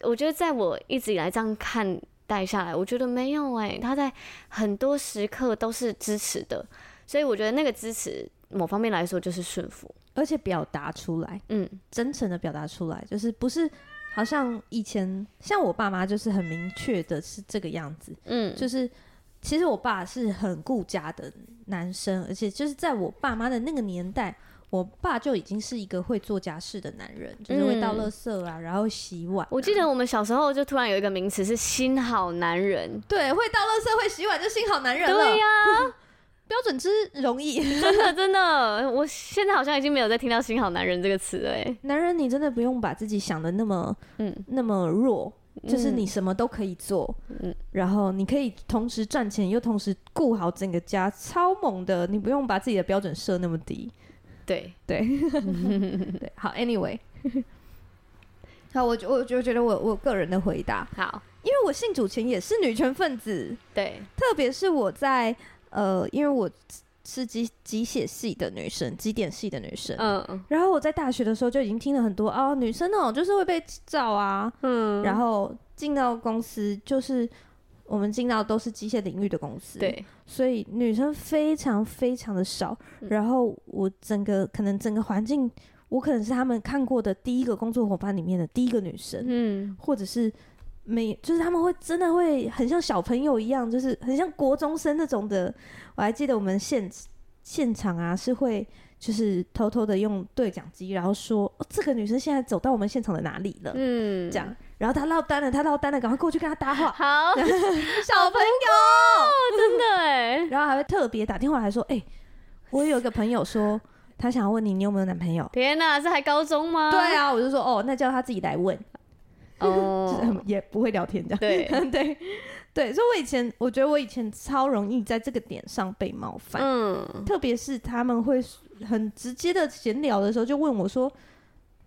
C: 我觉得，在我一直以来这样看待下来，我觉得没有哎、他在很多时刻都是支持的，所以我觉得那个支持某方面来说就是顺服，
B: 而且表达出来，
C: 嗯
B: 真诚的表达出来，就是不是好像以前像我爸妈就是很明确的是这个样子，
C: 嗯，
B: 就是其实我爸是很顾家的男生，而且就是在我爸妈的那个年代，我爸就已经是一个会做家事的男人，就是会倒垃圾啊，然后洗碗啊、
C: 嗯我记得我们小时候就突然有一个名词是“心好男人
B: 对，会倒垃圾会洗碗就幸好男”，人了，
C: 对呀、
B: 标准之容易。
C: 真的真的，我现在好像已经没有再听到“新好男人”这个词了、欸。
B: 男人，你真的不用把自己想的那么
C: 嗯，
B: 那么弱，就是你什么都可以做，
C: 嗯
B: 然后你可以同时赚钱，又同时顾好整个家，超猛的！你不用把自己的标准设那么低。
C: 对，
B: 对，好，anyway，好，我就我就觉得我我个人的回答，
C: 好，
B: 因为我信主前也是女权分子，
C: 对，
B: 特别是我在呃，因为我是机机械系的女生，机电系的女生。
C: 嗯
B: 然后我在大学的时候就已经听了很多哦，女生哦就是会被照啊，
C: 嗯，
B: 然后进到公司就是我们进到都是机械领域的公司，，
C: 对，
B: 所以女生非常非常的少。
C: 嗯
B: 然后我整个可能整个环境，我可能是他们看过的第一个工作伙伴里面的第一个女生，
C: 嗯
B: 或者是没，就是他们会真的会很像小朋友一样，就是很像国中生那种的。我还记得我们现现场啊是会。就是偷偷的用对讲机，然后说、哦、这个女生现在走到我们现场的哪里了，
C: 嗯，
B: 这样，然后他落单了，他落单了，赶快过去跟他搭话，
C: 好，
B: 小朋友，
C: 真的哎、
B: 然后还会特别打电话来说，哎、我有一个朋友说，他想要问你，你有没有男朋友？
C: 天哪、这还高中吗？
B: 对，啊，我就说哦，那叫他自己来问，就是
C: 哦，
B: 也不会聊天这样。
C: 对
B: 对对，所以我以前我觉得我以前超容易在这个点上被冒犯，
C: 嗯，
B: 特别是他们会很直接的闲聊的时候就问我说，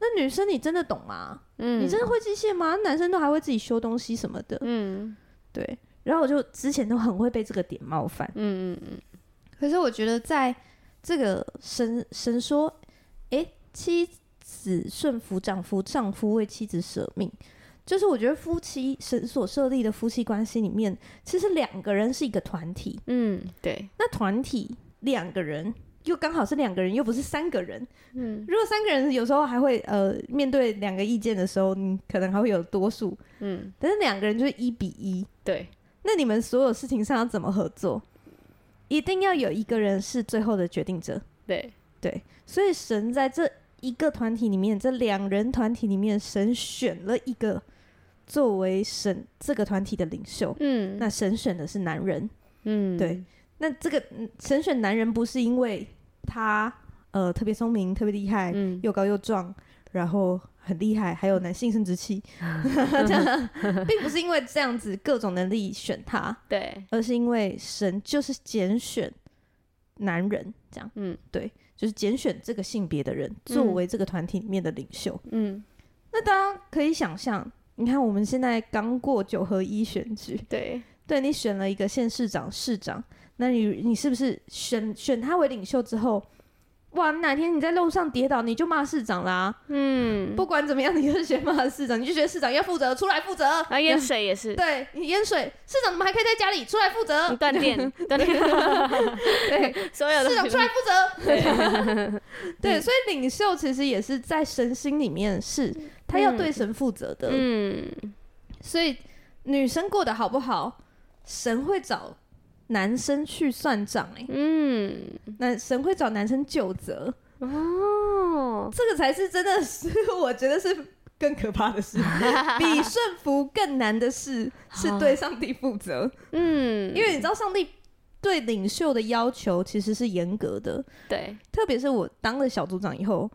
B: 那女生你真的懂吗？
C: 嗯，
B: 你真的会机械吗？男生都还会自己修东西什么的。
C: 嗯，
B: 对，然后我就之前都很会被这个点冒犯
C: 嗯，嗯嗯
B: 可是我觉得在这个神神说，诶，妻子顺服丈夫，丈夫为妻子舍命，就是我觉得夫妻神所设立的夫妻关系里面，其实两个人是一个团体，
C: 嗯，对，
B: 那团体两个人。又刚好是两个人，又不是三个人。
C: 嗯
B: 如果三个人，有时候还会呃，面对两个意见的时候，你可能还会有多数，
C: 嗯，
B: 但是两个人就是一比一，
C: 对，
B: 那你们所有事情上要怎么合作？一定要有一个人是最后的决定者。
C: 对，
B: 对，所以神在这一个团体里面，这两人团体里面，神选了一个作为神这个团体的领袖。
C: 嗯
B: 那神选的是男人，
C: 嗯，
B: 对，那这个嗯神选男人不是因为他呃特别聪明、特别厉害、
C: 嗯，
B: 又高又壮，然后很厉害，还有男性生殖器， 这样并不是因为这样子各种能力选他，
C: 对，
B: 而是因为神就是拣选男人，这样
C: 嗯
B: 就是拣选这个性别的人作为这个团体里面的领袖。
C: 嗯，
B: 那大家可以想象，你看我们现在刚过九合一选举，
C: 对，
B: 对你选了一个县市长、市长，那你你是不是选选他为领袖之后，哇，哪天你在路上跌倒，你就骂市长啦。
C: 嗯，
B: 不管怎么样，你就是选骂市长，你就觉得市长要负责，出来负责。
C: 啊，淹水也是，
B: 对你淹水，市长怎么还可以在家里出来负责？
C: 断电，断电，
B: 对，
C: 所 有的
B: 市长出来负责。 对，所以领袖其实也是在神心里面是，他要对神负责的。
C: 嗯，
B: 所以女生过得好不好，神会找男生去算账、欸，
C: 嗯，
B: 那神会找男生就责，
C: 哦，
B: 这个才是真的是 我觉得是更可怕的事，比顺服更难的事是对上帝负责，
C: 嗯，
B: 因为你知道上帝。对领袖的要求其实是严格的，
C: 对，
B: 特别是我当了小组长以后，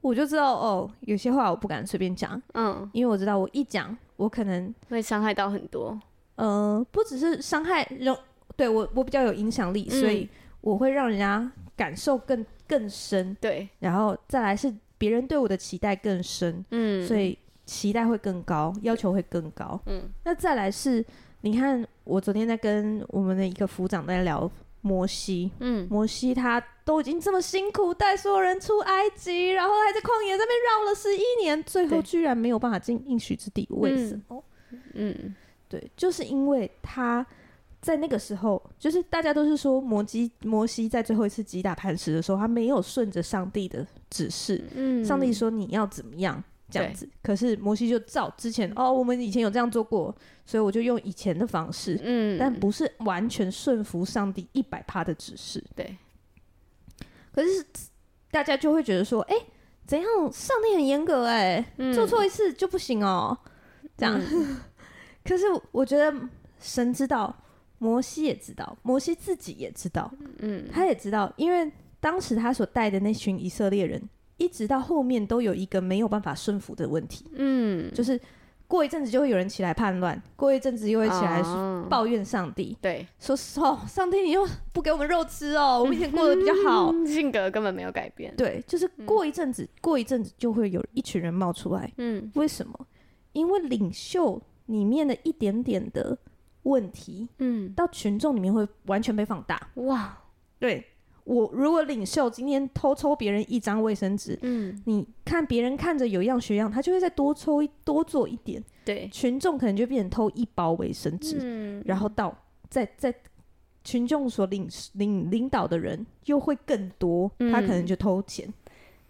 B: 我就知道哦，有些话我不敢随便讲，
C: 嗯，
B: 因为我知道我一讲，我可能
C: 会伤害到很多，
B: 呃，不只是伤害容，对我我比较有影响力，
C: 嗯
B: 所以我会让人家感受更更深，
C: 对，
B: 然后再来是别人对我的期待更深，
C: 嗯，
B: 所以期待会更高，要求会更高。
C: 嗯，
B: 那再来是，你看我昨天在跟我们的一个副长在聊摩西，
C: 嗯，
B: 摩西他都已经这么辛苦带所有人出埃及，然后还在旷野这边绕了十一年，最后
C: 对
B: 居然没有办法进应许之地，为什么？
C: 嗯，
B: 对，就是因为他在那个时候，就是大家都是说摩西摩西在最后一次击打磐石的时候，他没有顺着上帝的指示，
C: 嗯，
B: 上帝说你要怎么样这样
C: 对
B: 子，可是摩西就照之前哦，我们以前有这样做过，所以我就用以前的方式，
C: 嗯，
B: 但不是完全顺服上帝一百趴的指示。
C: 对，
B: 可是大家就会觉得说，哎、怎样？上帝很严格哎、
C: 嗯
B: 做错一次就不行哦、这样。 可是我觉得神知道，摩西也知道，摩西自己也知道，
C: 嗯，
B: 他也知道，因为当时他所带的那群以色列人，一直到后面都有一个没有办法顺服的问题，
C: 嗯，
B: 就是过一阵子就会有人起来叛乱，过一阵子又会起来
C: 哦
B: 抱怨上帝，
C: 对，
B: 说哦，上帝你又不给我们肉吃哦，我们以前过得比较
C: 嗯
B: 好。
C: 性格根本没有改变，
B: 对，就是过一阵子，过一阵子就会有一群人冒出来，
C: 嗯，
B: 为什么？因为领袖里面的一点点的问题，
C: 嗯，
B: 到群众里面会完全被放大。
C: 哇，
B: 对我，如果领袖今天偷抽别人一张卫生纸，
C: 嗯，
B: 你看别人看着有样学样，他就会再多抽一多做一点，
C: 对，
B: 群众可能就变成偷一包卫生纸，
C: 嗯，
B: 然后到再再。群众所领领领导的人又会更多，他可能
C: 嗯
B: 就偷钱，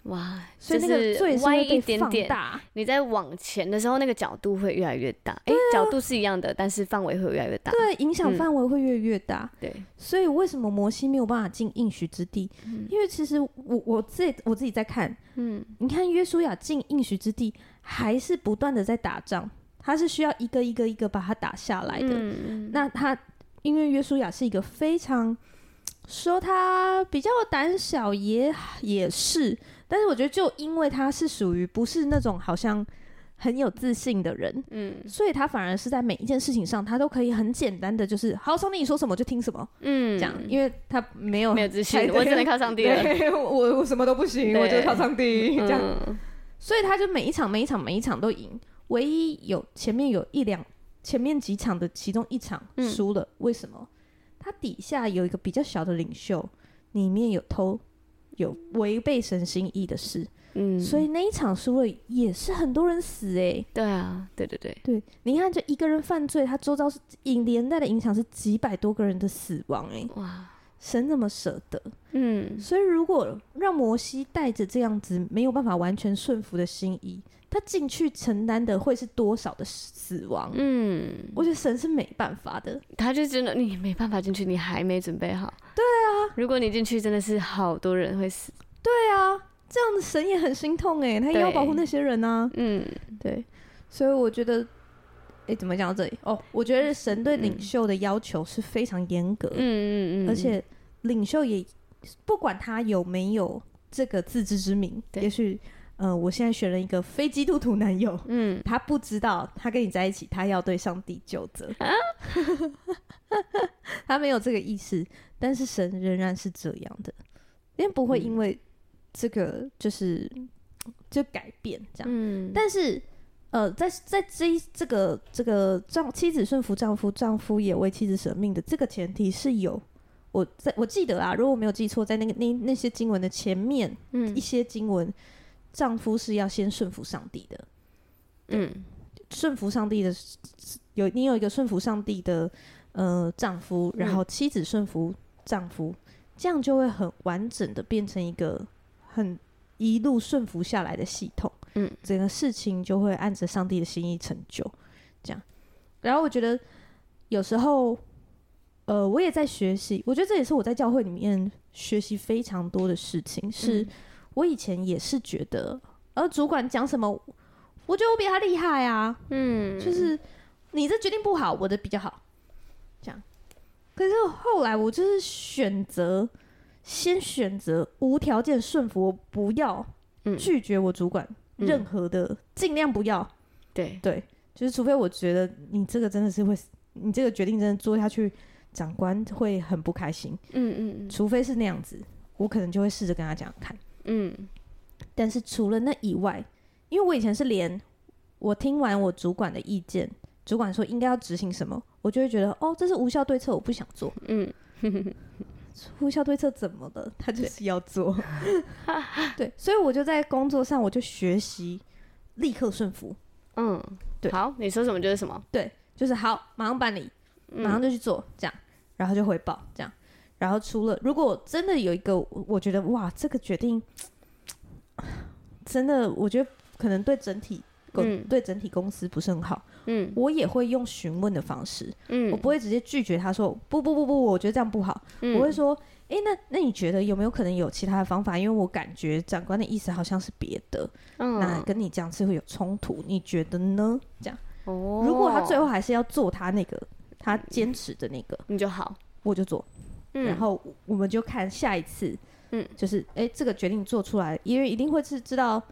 C: 哇，
B: 所以那个罪是
C: 歪
B: 会
C: 一
B: 被
C: 点
B: 放
C: 点，啊
B: 大。
C: 你在往前的时候，那个角度会越来越大。哎、角度是一样的，但是范围会越来越大。
B: 对，影响
C: 嗯
B: 范围会越来越大。
C: 对，
B: 所以为什么摩西没有办法进应许之地？因为其实我我自己我自己在看，
C: 嗯
B: 你看约书亚进应许之地，还是不断的在打仗，他是需要一个一个一个把它打下来的。
C: 嗯，
B: 那他因为约书亚是一个非常说他比较胆小也也是，但是我觉得就因为他是属于不是那种好像很有自信的人，
C: 嗯
B: 所以他反而是在每一件事情上，他都可以很简单的就是好，上帝你说什么我就听什么。
C: 嗯，
B: 这样，因为他没有
C: 没有自
B: 哎
C: 信，
B: 对
C: 我只能靠上帝了。
B: 对我我什么都不行，
C: 对
B: 我就靠上帝这样，
C: 嗯，
B: 所以他就每一场每一场每一场都赢，唯一有前面有一两前面几场的其中一场
C: 嗯
B: 输了，为什么？他底下有一个比较小的领袖，里面有偷有违背神心意的事，
C: 嗯，
B: 所以那一场输了也是很多人死哎、
C: 对啊，对对对，
B: 对，你看，就一个人犯罪，他周遭是影连带的影响是几百多个人的死亡、欸，
C: 哇，
B: 神怎么舍得？
C: 嗯，
B: 所以如果让摩西带着这样子没有办法完全顺服的心意，他进去承担的会是多少的死亡？
C: 嗯，
B: 我觉得神是没办法的。
C: 他就真的你没办法进去，你还没准备好。对啊，如果你进去，真的是好多人会死。
B: 对啊，这样子神也很心痛哎，他也要
C: 对
B: 保护那些人啊。
C: 嗯，
B: 对，所以我觉得，哎、怎么讲到这里？哦，我觉得神对
C: 嗯
B: 领袖的要求是非常严格，
C: 嗯嗯嗯，
B: 而且领袖也不管他有没有这个自知之明，
C: 对
B: 也许，呃，我现在选了一个非基督徒男友，
C: 嗯，
B: 他不知道他跟你在一起，他要对上帝就责，
C: 啊
B: 他没有这个意识，但是神仍然是这样的，因为不会
C: 嗯
B: 因为这个就是就改变这样。
C: 嗯，
B: 但是，呃，在在这一这个这个丈妻子顺服丈夫，丈夫也为妻子舍命的这个前提是有，我在我记得啊，如果我没有记错，在那个那那些经文的前面
C: 嗯
B: 一些经文，丈夫是要先顺服上帝的，
C: 嗯
B: 顺服上帝的有你有一个顺服上帝的呃丈夫，然后妻子顺服丈夫，这样就会很完整的变成一个很一路顺服下来的系统。
C: 嗯，
B: 整个事情就会按着上帝的心意成就，这样。然后我觉得有时候，呃，我也在学习，我觉得这也是我在教会里面学习非常多的事情。是、我以前也是觉得，呃，主管讲什么，我觉得我比他厉害啊，
C: 嗯，
B: 就是你这决定不好，我的比较好，这样。可是后来我就是选择，先选择无条件顺服，我不要
C: 嗯
B: 拒绝我主管、
C: 嗯
B: 任何的，尽量不要。
C: 对，
B: 对，就是除非我觉得你这个真的是会，你这个决定真的做下去，长官会很不开心。
C: 嗯嗯
B: 除非是那样子，我可能就会试着跟他讲讲看。
C: 嗯
B: 但是除了那以外，因为我以前是连我听完我主管的意见，主管说应该要执行什么，我就会觉得哦，这是无效对策，我不想做。
C: 嗯
B: 无效对策怎么了？他就是要做。对，所以我就在工作上，我就学习立刻顺服，
C: 嗯，好，你说什么就是什么，
B: 就是好，马上办理，马上就去做，这样，然后就回报，这样。然后除了如果真的有一个，我我觉得哇，这个决定真的，我觉得可能对整体公、
C: 嗯
B: 对整体公司不是很好，
C: 嗯
B: 我也会用询问的方式，
C: 嗯，嗯
B: 我不会直接拒绝他说不不不不，我觉得这样不好，我会说，诶，那那你觉得有没有可能有其他的方法？因为我感觉长官的意思好像是别的，那
C: 嗯，
B: 跟你这样是会有冲突，你觉得呢？这样，
C: 哦，
B: 如果他最后还是要做他那个他坚持的那个，
C: 你就好，
B: 我就做，
C: 嗯
B: 然后我们就看下一次，
C: 嗯，
B: 就是诶，这个决定做出来，因为一定会是知道，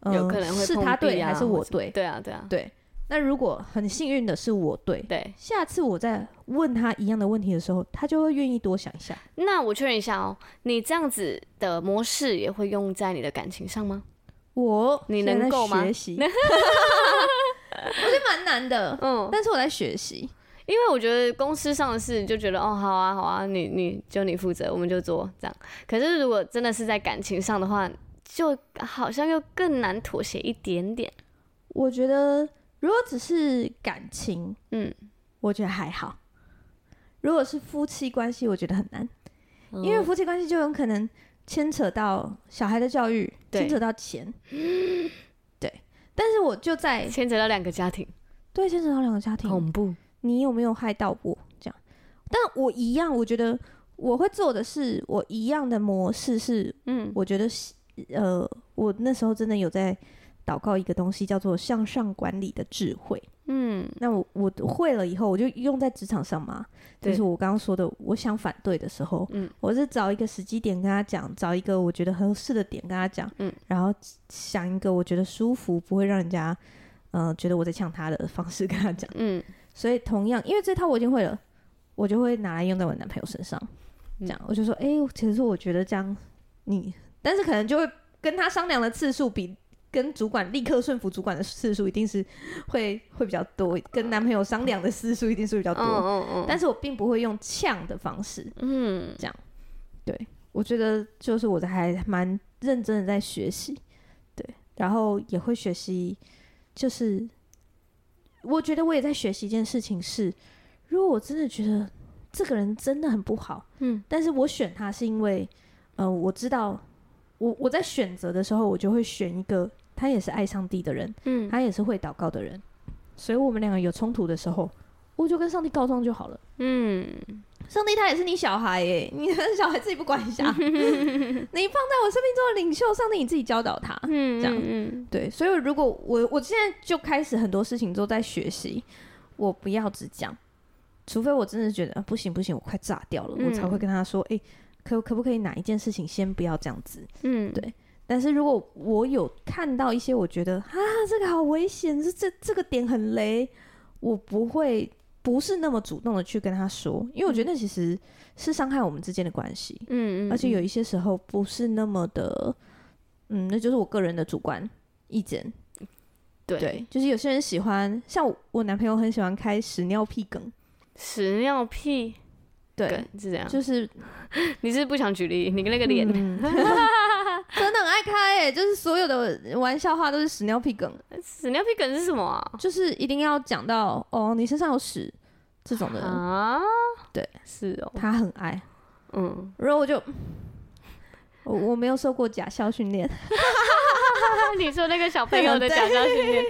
B: 呃、
C: 有可能会
B: 是
C: 碰
B: 他
C: 壁
B: 对
C: 啊
B: 还是
C: 或
B: 我
C: 什么
B: 对，
C: 对啊对啊
B: 对。那如果很幸运的是我对，
C: 对，
B: 下次我再问他一样的问题的时候，他就会愿意多想一下。
C: 那我确认一下哦，你这样子的模式也会用在你的感情上吗？
B: 我
C: 你
B: 现在
C: 能
B: 在
C: 够吗
B: 学习，我 觉得蛮难的，
C: 嗯，
B: 但是我在学习。
C: 因为我觉得公司上的事就觉得哦，好啊，好啊，你你就你负责，我们就做这样。可是如果真的是在感情上的话，就好像又更难妥协一点点。
B: 我觉得如果只是感情，
C: 嗯，
B: 我觉得还好；如果是夫妻关系，我觉得很难，
C: 嗯
B: 因为夫妻关系就有可能牵扯到小孩的教育，
C: 对
B: 牵扯到钱，对。但是我就在
C: 牵扯到两个家庭，
B: 对牵扯到两个家庭，
C: 怖。
B: 你有没有害到我？这样，但我一样，我觉得我会做的是我一样的模式是，
C: 嗯
B: 我觉得是呃，我那时候真的有在祷告一个东西，叫做向上管理的智慧。
C: 嗯
B: 那我我会了以后，我就用在职场上嘛，就
C: 对
B: 是我刚刚说的，我想反对的时候，
C: 嗯，
B: 我是找一个时机点跟他讲，找一个我觉得合适的点跟他讲，
C: 嗯，
B: 然后想一个我觉得舒服，不会让人家呃觉得我在呛他的方式跟他讲。
C: 嗯
B: 所以同样，因为这套我已经会了，我就会拿来用在我男朋友身上。这样，我就说，哎、其实我觉得这样，你，但是可能就会跟他商量的次数比跟主管立刻顺服主管的次数，一定是会 会比较多，跟男朋友商量的次数一定是比较
C: 嗯
B: 多。
C: 嗯嗯，
B: 但是我并不会用呛的方式，
C: 嗯
B: 我觉得就是我还蛮认真的在学习，对，然后也会学习，就是我觉得我也在学习一件事情是，如果我真的觉得这个人真的很不好，
C: 嗯，
B: 但是我选他是因为，呃，我知道我我在选择的时候，我就会选一个他也是爱上帝的人，
C: 嗯
B: 他也是会祷告的人，所以我们两个有冲突的时候，我就跟上帝告状就好了。
C: 嗯，
B: 上帝他也是你小孩耶，你的 小孩自己不管一下，你放在我生命中的领袖，上帝你自己教导他。
C: 嗯
B: 这样
C: 嗯
B: 对，所以如果我我现在就开始很多事情都在学习，我不要只讲，除非我真的觉得、啊、不行不行，我快炸掉了，我才
C: 嗯
B: 会跟他说，诶，可可不可以哪一件事情先不要这样子？
C: 嗯，
B: 对但是如果我有看到一些我觉得啊，这个好危险，这这这个点很雷，我不会不是那么主动的去跟他说，因为我觉得那其实是伤害我们之间的关系，
C: 嗯嗯，
B: 而且有一些时候不是那么的，嗯，那就是我个人的主观意见。
C: 对
B: 对，就是有些人喜欢，像我我男朋友很喜欢开屎尿屁梗，
C: 屎尿屁
B: 对
C: 梗，是这样，
B: 就是
C: 你是不是不想举例，你那个啊脸，
B: 嗯 真的很爱开诶、就是所有的玩笑话都是屎尿屁梗，
C: 屎尿屁梗是什么啊？
B: 就是一定要讲到哦，你身上有屎这种的人，
C: 啊，
B: 对，
C: 是哦，
B: 他很爱。
C: 嗯，
B: 然后我就，我我没有受过假校训 练，
C: 那啊你说那个小朋 友的假笑训练，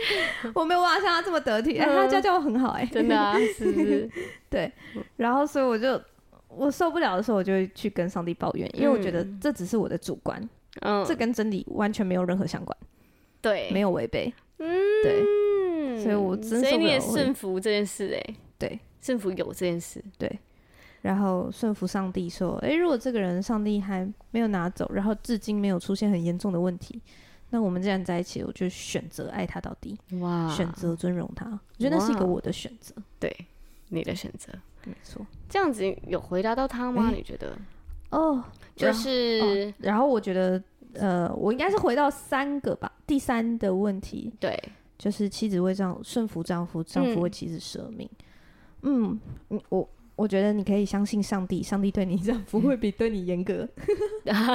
B: 我没有办法像他这么得体。哎、
C: 嗯
B: 他家教我很好哎、
C: 真的啊，是不是？
B: 对，然后所以我就我受不了的时候，我就会去跟上帝抱怨，因为我觉得
C: 嗯
B: 这只是我的主观，
C: 嗯，
B: 这跟真理完全没有任何相关，
C: 对，
B: 没有违背。
C: 嗯，
B: 对
C: 对
B: 所以我真
C: 所
B: 受
C: 以
B: 不
C: 你也
B: 了我
C: 顺服这件事哎，
B: 对，
C: 顺服有这件事，
B: 然后顺服上帝说，诶，如果这个人上帝还没有拿走，然后至今没有出现很严重的问题。那我们既然在一起，我就选择爱他到底，
C: 哇
B: 选择尊荣他。我觉得那是一个
C: 啊哇
B: 我的选择，
C: 对你的选择，
B: 没错。
C: 这样子有回答到他吗？
B: 哎
C: 你觉得？
B: 哦，
C: 就
B: 然后
C: 是
B: 然后我觉得，呃，我应该是回到三个吧。第三的问题，
C: 对，
B: 就是妻子为丈顺服丈夫，丈夫为妻子舍命。嗯，嗯我我觉得你可以相信上帝，上帝对你丈夫会比对你严格，
C: 啊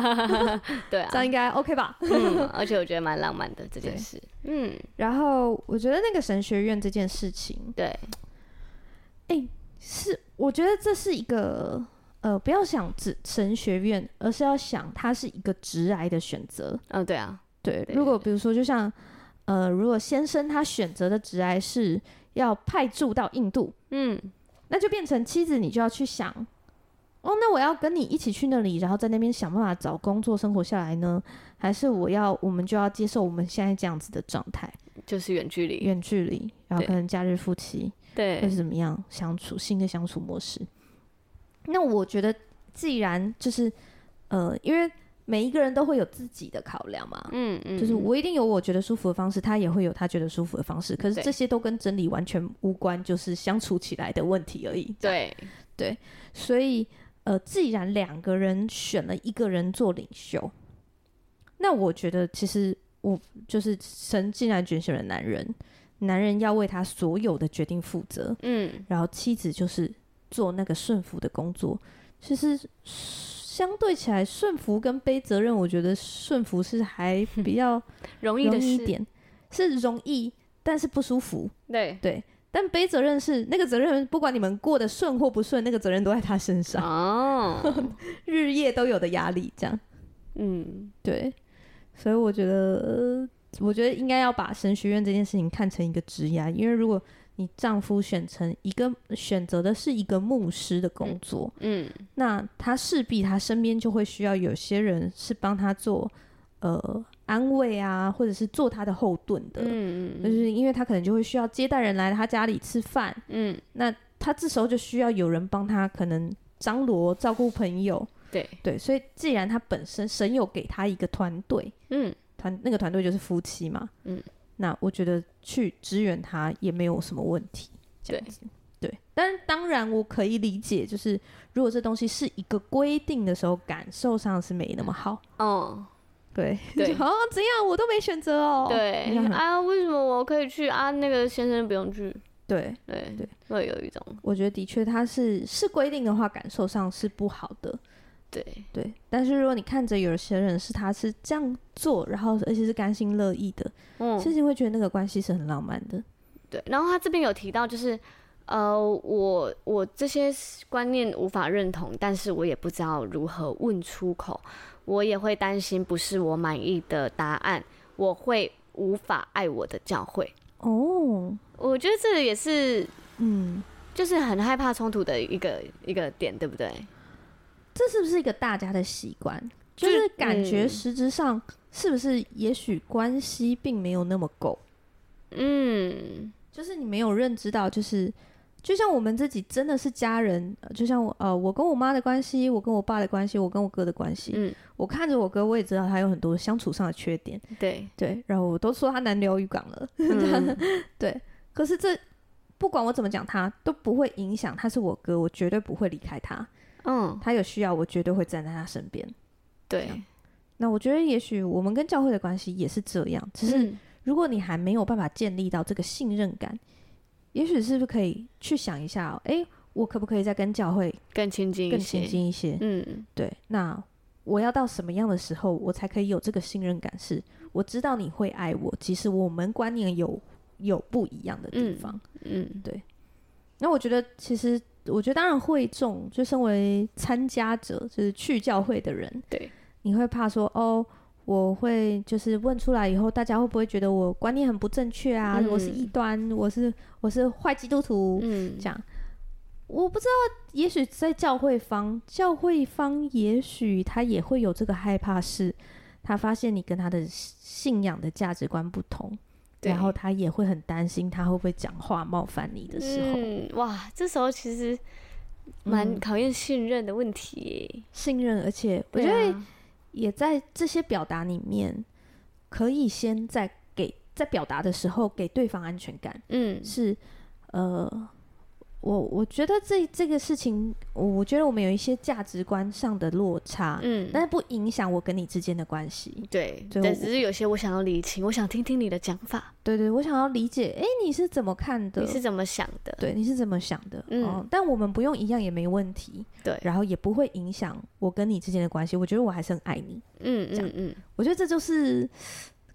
C: 对
B: 这样
C: 啊，
B: 应该 OK 吧？
C: 嗯，而且我觉得蛮浪漫的这件
B: 对
C: 事，嗯，
B: 然后我觉得那个神学院这件事情，
C: 对，
B: 是我觉得这是一个呃，不要想只神学院，而是要想它是一个直癌的选择。
C: 嗯，对啊，
B: 对，
C: 对
B: 如果
C: 对
B: 比如说，就像呃，如果先生他选择的直癌是要派驻到印度，
C: 嗯，
B: 那就变成妻子，你就要去想，哦，那我要跟你一起去那里，然后在那边想办法找工作生活下来呢，还是我要我们就要接受我们现在这样子的状态，
C: 就是远距离，
B: 远距离，然后可能假日夫妻
C: 对
B: 会，是怎么样相处，新的相处模式。那我觉得，既然就是呃，因为每一个人都会有自己的考量嘛，
C: 嗯嗯，
B: 就是我一定有我觉得舒服的方式，他也会有他觉得舒服的方式，可是
C: 对
B: 这些都跟真理完全无关，就是相处起来的问题而已。这样
C: 对，
B: 所以呃，既然两个人选了一个人做领袖，那我觉得其实我就是神既然拣选了男人，男人要为他所有的决定负责，
C: 嗯，
B: 然后妻子就是做那个顺服的工作。其实相对起来，顺服跟背责任，我觉得顺服是还比较
C: 容易
B: 容
C: 的
B: 易一
C: 事，
B: 点，是容易，但是不舒服。
C: 对，
B: 对，但背责任是那个责任，不管你们过得顺或不顺，那个责任都在他身上。
C: 啊哦，
B: 日夜都有的压力，这样
C: 嗯，
B: 对，所以我觉得，呃我觉得应该要把神学院这件事情看成一个职涯，因为如果你丈夫选成一个选择的是一个牧师的工作，
C: 嗯，
B: 那他势必他身边就会需要有些人是帮他做呃安慰啊，或者是做他的后盾的，
C: 嗯
B: 就
C: 嗯
B: 是因为他可能就会需要接待人来他家里吃饭，
C: 嗯，
B: 那他这时候就需要有人帮他可能张罗照顾朋友，
C: 对，
B: 对，所以既然他本身神有给他一个团队，
C: 嗯，
B: 团那个团队就是夫妻嘛，
C: 嗯，
B: 那我觉得去支援他也没有什么问题，这样子，对。但是当然我可以理解，就是如果这东西是一个规定的时候，感受上是没那么好，
C: 哦，
B: 对，就
C: 对
B: 哦，怎样我都没选择哦，
C: 对
B: 这 样很
C: 啊，为什么我可以去啊？那个先生不用去，
B: 对，
C: 对
B: 对，
C: 会有一种
B: 我觉得的确他是是规定的话，感受上是不好的，
C: 对，
B: 对，但是如果你看着有些人是他是这样做，然后而且是甘心乐意的，
C: 嗯，
B: 其实你会觉得那个关系是很浪漫的。
C: 对。然后他这边有提到，就是呃，我我这些观念无法认同，但是我也不知道如何问出口，我也会担心不是我满意的答案，我会无法爱我的教会。
B: 哦，
C: 我觉得这也是
B: 嗯，
C: 就是很害怕冲突的一个一个点，对不对？
B: 这是不是一个大家的习惯？就
C: 就是
B: 是感觉
C: 嗯
B: 实质上是不是也许关系并没有那么够，
C: 嗯，
B: 就是你没有认知到，就是就像我们自己真的是家人，呃就像我呃，我跟我妈的关系，我跟我爸的关系，我跟我哥的关系，
C: 嗯
B: 我看着我哥，我也知道他有很多相处上的缺点，
C: 对，
B: 对，然后我都说他难聊渔港了，
C: 嗯
B: 对，可是这不管我怎么讲他，都不会影响他是我哥，我绝对不会离开他，
C: 嗯，
B: 他有需要我绝对会站在他身边。
C: 对，
B: 那我觉得也许我们跟教会的关系也是这样，只是
C: 嗯
B: 如果你还没有办法建立到这个信任感，也许是不是可以去想一下、哦，诶，我可不可以再跟教会
C: 更亲近一些，
B: 更亲近一些？
C: 嗯
B: 对，那我要到什么样的时候，我才可以有这个信任感是？我知道你会爱我，即使我们观念有有不一样的地
C: 嗯
B: 方。
C: 嗯
B: 那我觉得，其实我觉得，当然会众就身为参加者，就是去教会的人，
C: 对，
B: 你会怕说哦。我会就是问出来以后，大家会不会觉得我观念很不正确啊？我是异
C: 嗯
B: 端，我是我是坏基督徒，
C: 嗯
B: 这样。我不知道，也许在教会方，教会方也许他也会有这个害怕是，他发现你跟他的信仰的价值观不同，
C: 对
B: 然后他也会很担心他会不会讲话冒犯你的时候，
C: 嗯，哇，这时候其实蛮
B: 嗯
C: 考验信任的问题耶。
B: 信任，而且我
C: 对
B: 觉得
C: 啊
B: 也在这些表达里面，可以先在给在表达的时候给对方安全感，
C: 嗯
B: 是呃，我我觉得这这个事情，我我觉得我们有一些价值观上的落差，
C: 嗯，
B: 但是不影响我跟你之间的关系。
C: 对，
B: 对
C: 但
B: 我
C: 只是有些我想要理清，我想听听你的讲法，
B: 对对，我想要理解，哎，你是怎么看的
C: 你？是怎么想的？
B: 对，你是怎么想的？
C: 嗯
B: 哦，但我们不用一样也没问题，
C: 对
B: 然后也不会影响我跟你之间的关系。我觉得我还是很爱你，
C: 嗯
B: 这
C: 嗯嗯
B: 我觉得这就是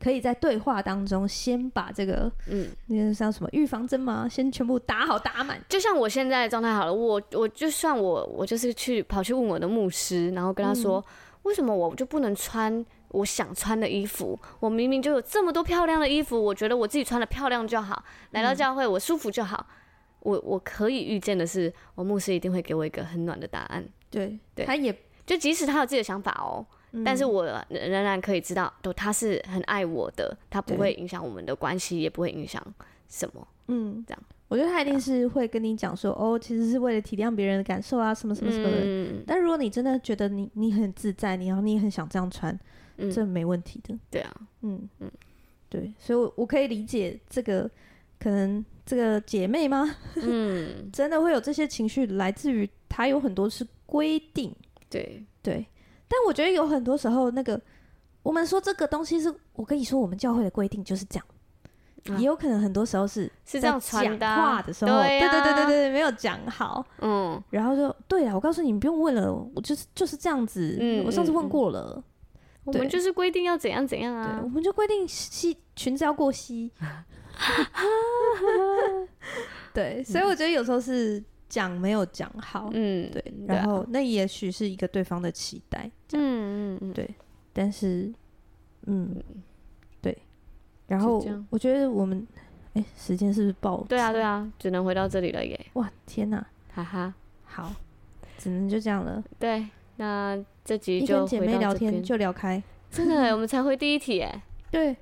B: 可以在对话当中先把这个
C: 嗯，
B: 那个像什么预防针吗？先全部打好打满。
C: 就像我现在的状态好了，我我就算我我就是去跑去问我的牧师，然后跟他说，
B: 嗯
C: 为什么我就不能穿我想穿的衣服？我明明就有这么多漂亮的衣服，我觉得我自己穿的漂亮就好，
B: 嗯
C: 来到教会我舒服就好。我我可以预见的是，我牧师一定会给我一个很暖的答案。
B: 对，
C: 对
B: 他也，
C: 就即使他有自己的想法哦，
B: 嗯
C: 但是我仍仍然可以知道，都他是很爱我的，他不
B: 对
C: 会影响我们的关系，也不会影响什么。
B: 嗯，
C: 这样，啊
B: 我觉得他一定是会跟你讲说，哦，其实是为了体谅别人的感受啊，什么什么什么的。
C: 嗯，
B: 但如果你真的觉得你你很自在，你然后你也很想这样穿，
C: 嗯
B: 这没问题的。
C: 对啊，
B: 嗯
C: 嗯
B: 对，所以我我可以理解这个，可能这个姐妹吗？
C: 嗯，
B: 真的会有这些情绪，来自于她有很多是规定，
C: 对，
B: 对。但我觉得有很多时候，那个我们说这个东西是我跟你说，我们教会的规定就是这样。
C: 啊
B: 也有可能很多时候是
C: 是这
B: 在
C: 样传的
B: 讲
C: 啊、
B: 话的时候，对
C: 啊
B: 对对对，对，没有讲好，
C: 嗯，
B: 然后就对啊了，我告诉你，你不用问了，我就是就是这样子，
C: 嗯
B: 我上次
C: 嗯
B: 问
C: 嗯
B: 过了，
C: 我们就是规定要怎样怎样
B: 对，
C: 啊
B: 我，们就规定膝裙子要过 膝。对，所以我觉得有时候是讲没有讲好，
C: 嗯，
B: 对，
C: 啊
B: 然后那也许是一个对方的期待，
C: 嗯嗯嗯，
B: 对但是，嗯，对，然后
C: 就这样
B: 我觉得我们，哎，时间是不是爆？
C: 对啊对，啊，只能回到这里了耶，
B: 哇，天哪，
C: 哈哈，
B: 好，只能就这样了。
C: 对，那这集
B: 一
C: 就
B: 跟姐
C: 回
B: 妹聊
C: 到这
B: 天
C: 边，
B: 就聊开，
C: 真的，我们才回第一题耶。
B: 对，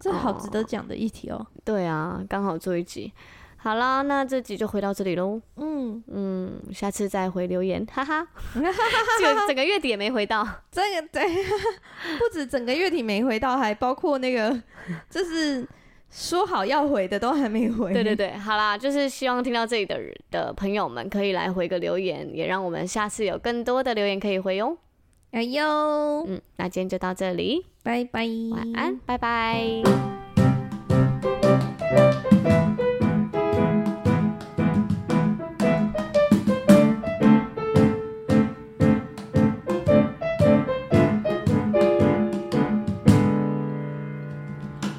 B: 这好值
C: 哦
B: 得讲的议题哦。
C: 对啊，刚好做一集。好啦，那这集就回到这里喽。
B: 嗯，
C: 嗯，下次再回留言，哈 哈。这个整个月底也没回 到，
B: 这个 对，不止整个月底没回到，还包括那个就是说好要回的都还没回。
C: 对对，对，好啦，就是希望听到这里的的朋友们可以来回个留言，也让我们下次有更多的留言可以回哦。
B: 哎呦，
C: 嗯，那今天就到这里，
B: 拜拜，
C: 晚安，拜嗯拜。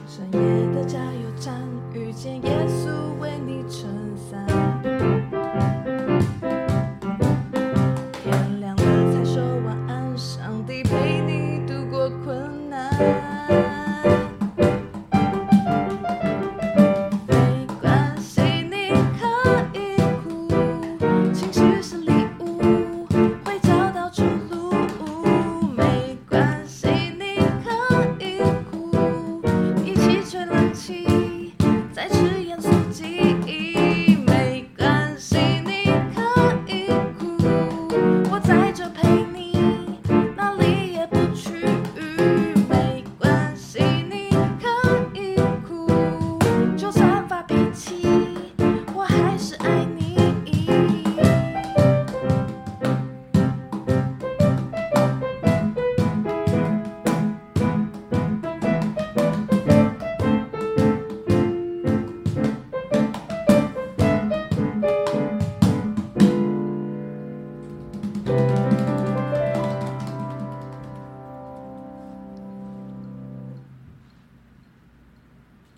D: 深夜的加油站，遇见耶稣为你撑伞。
A: 见。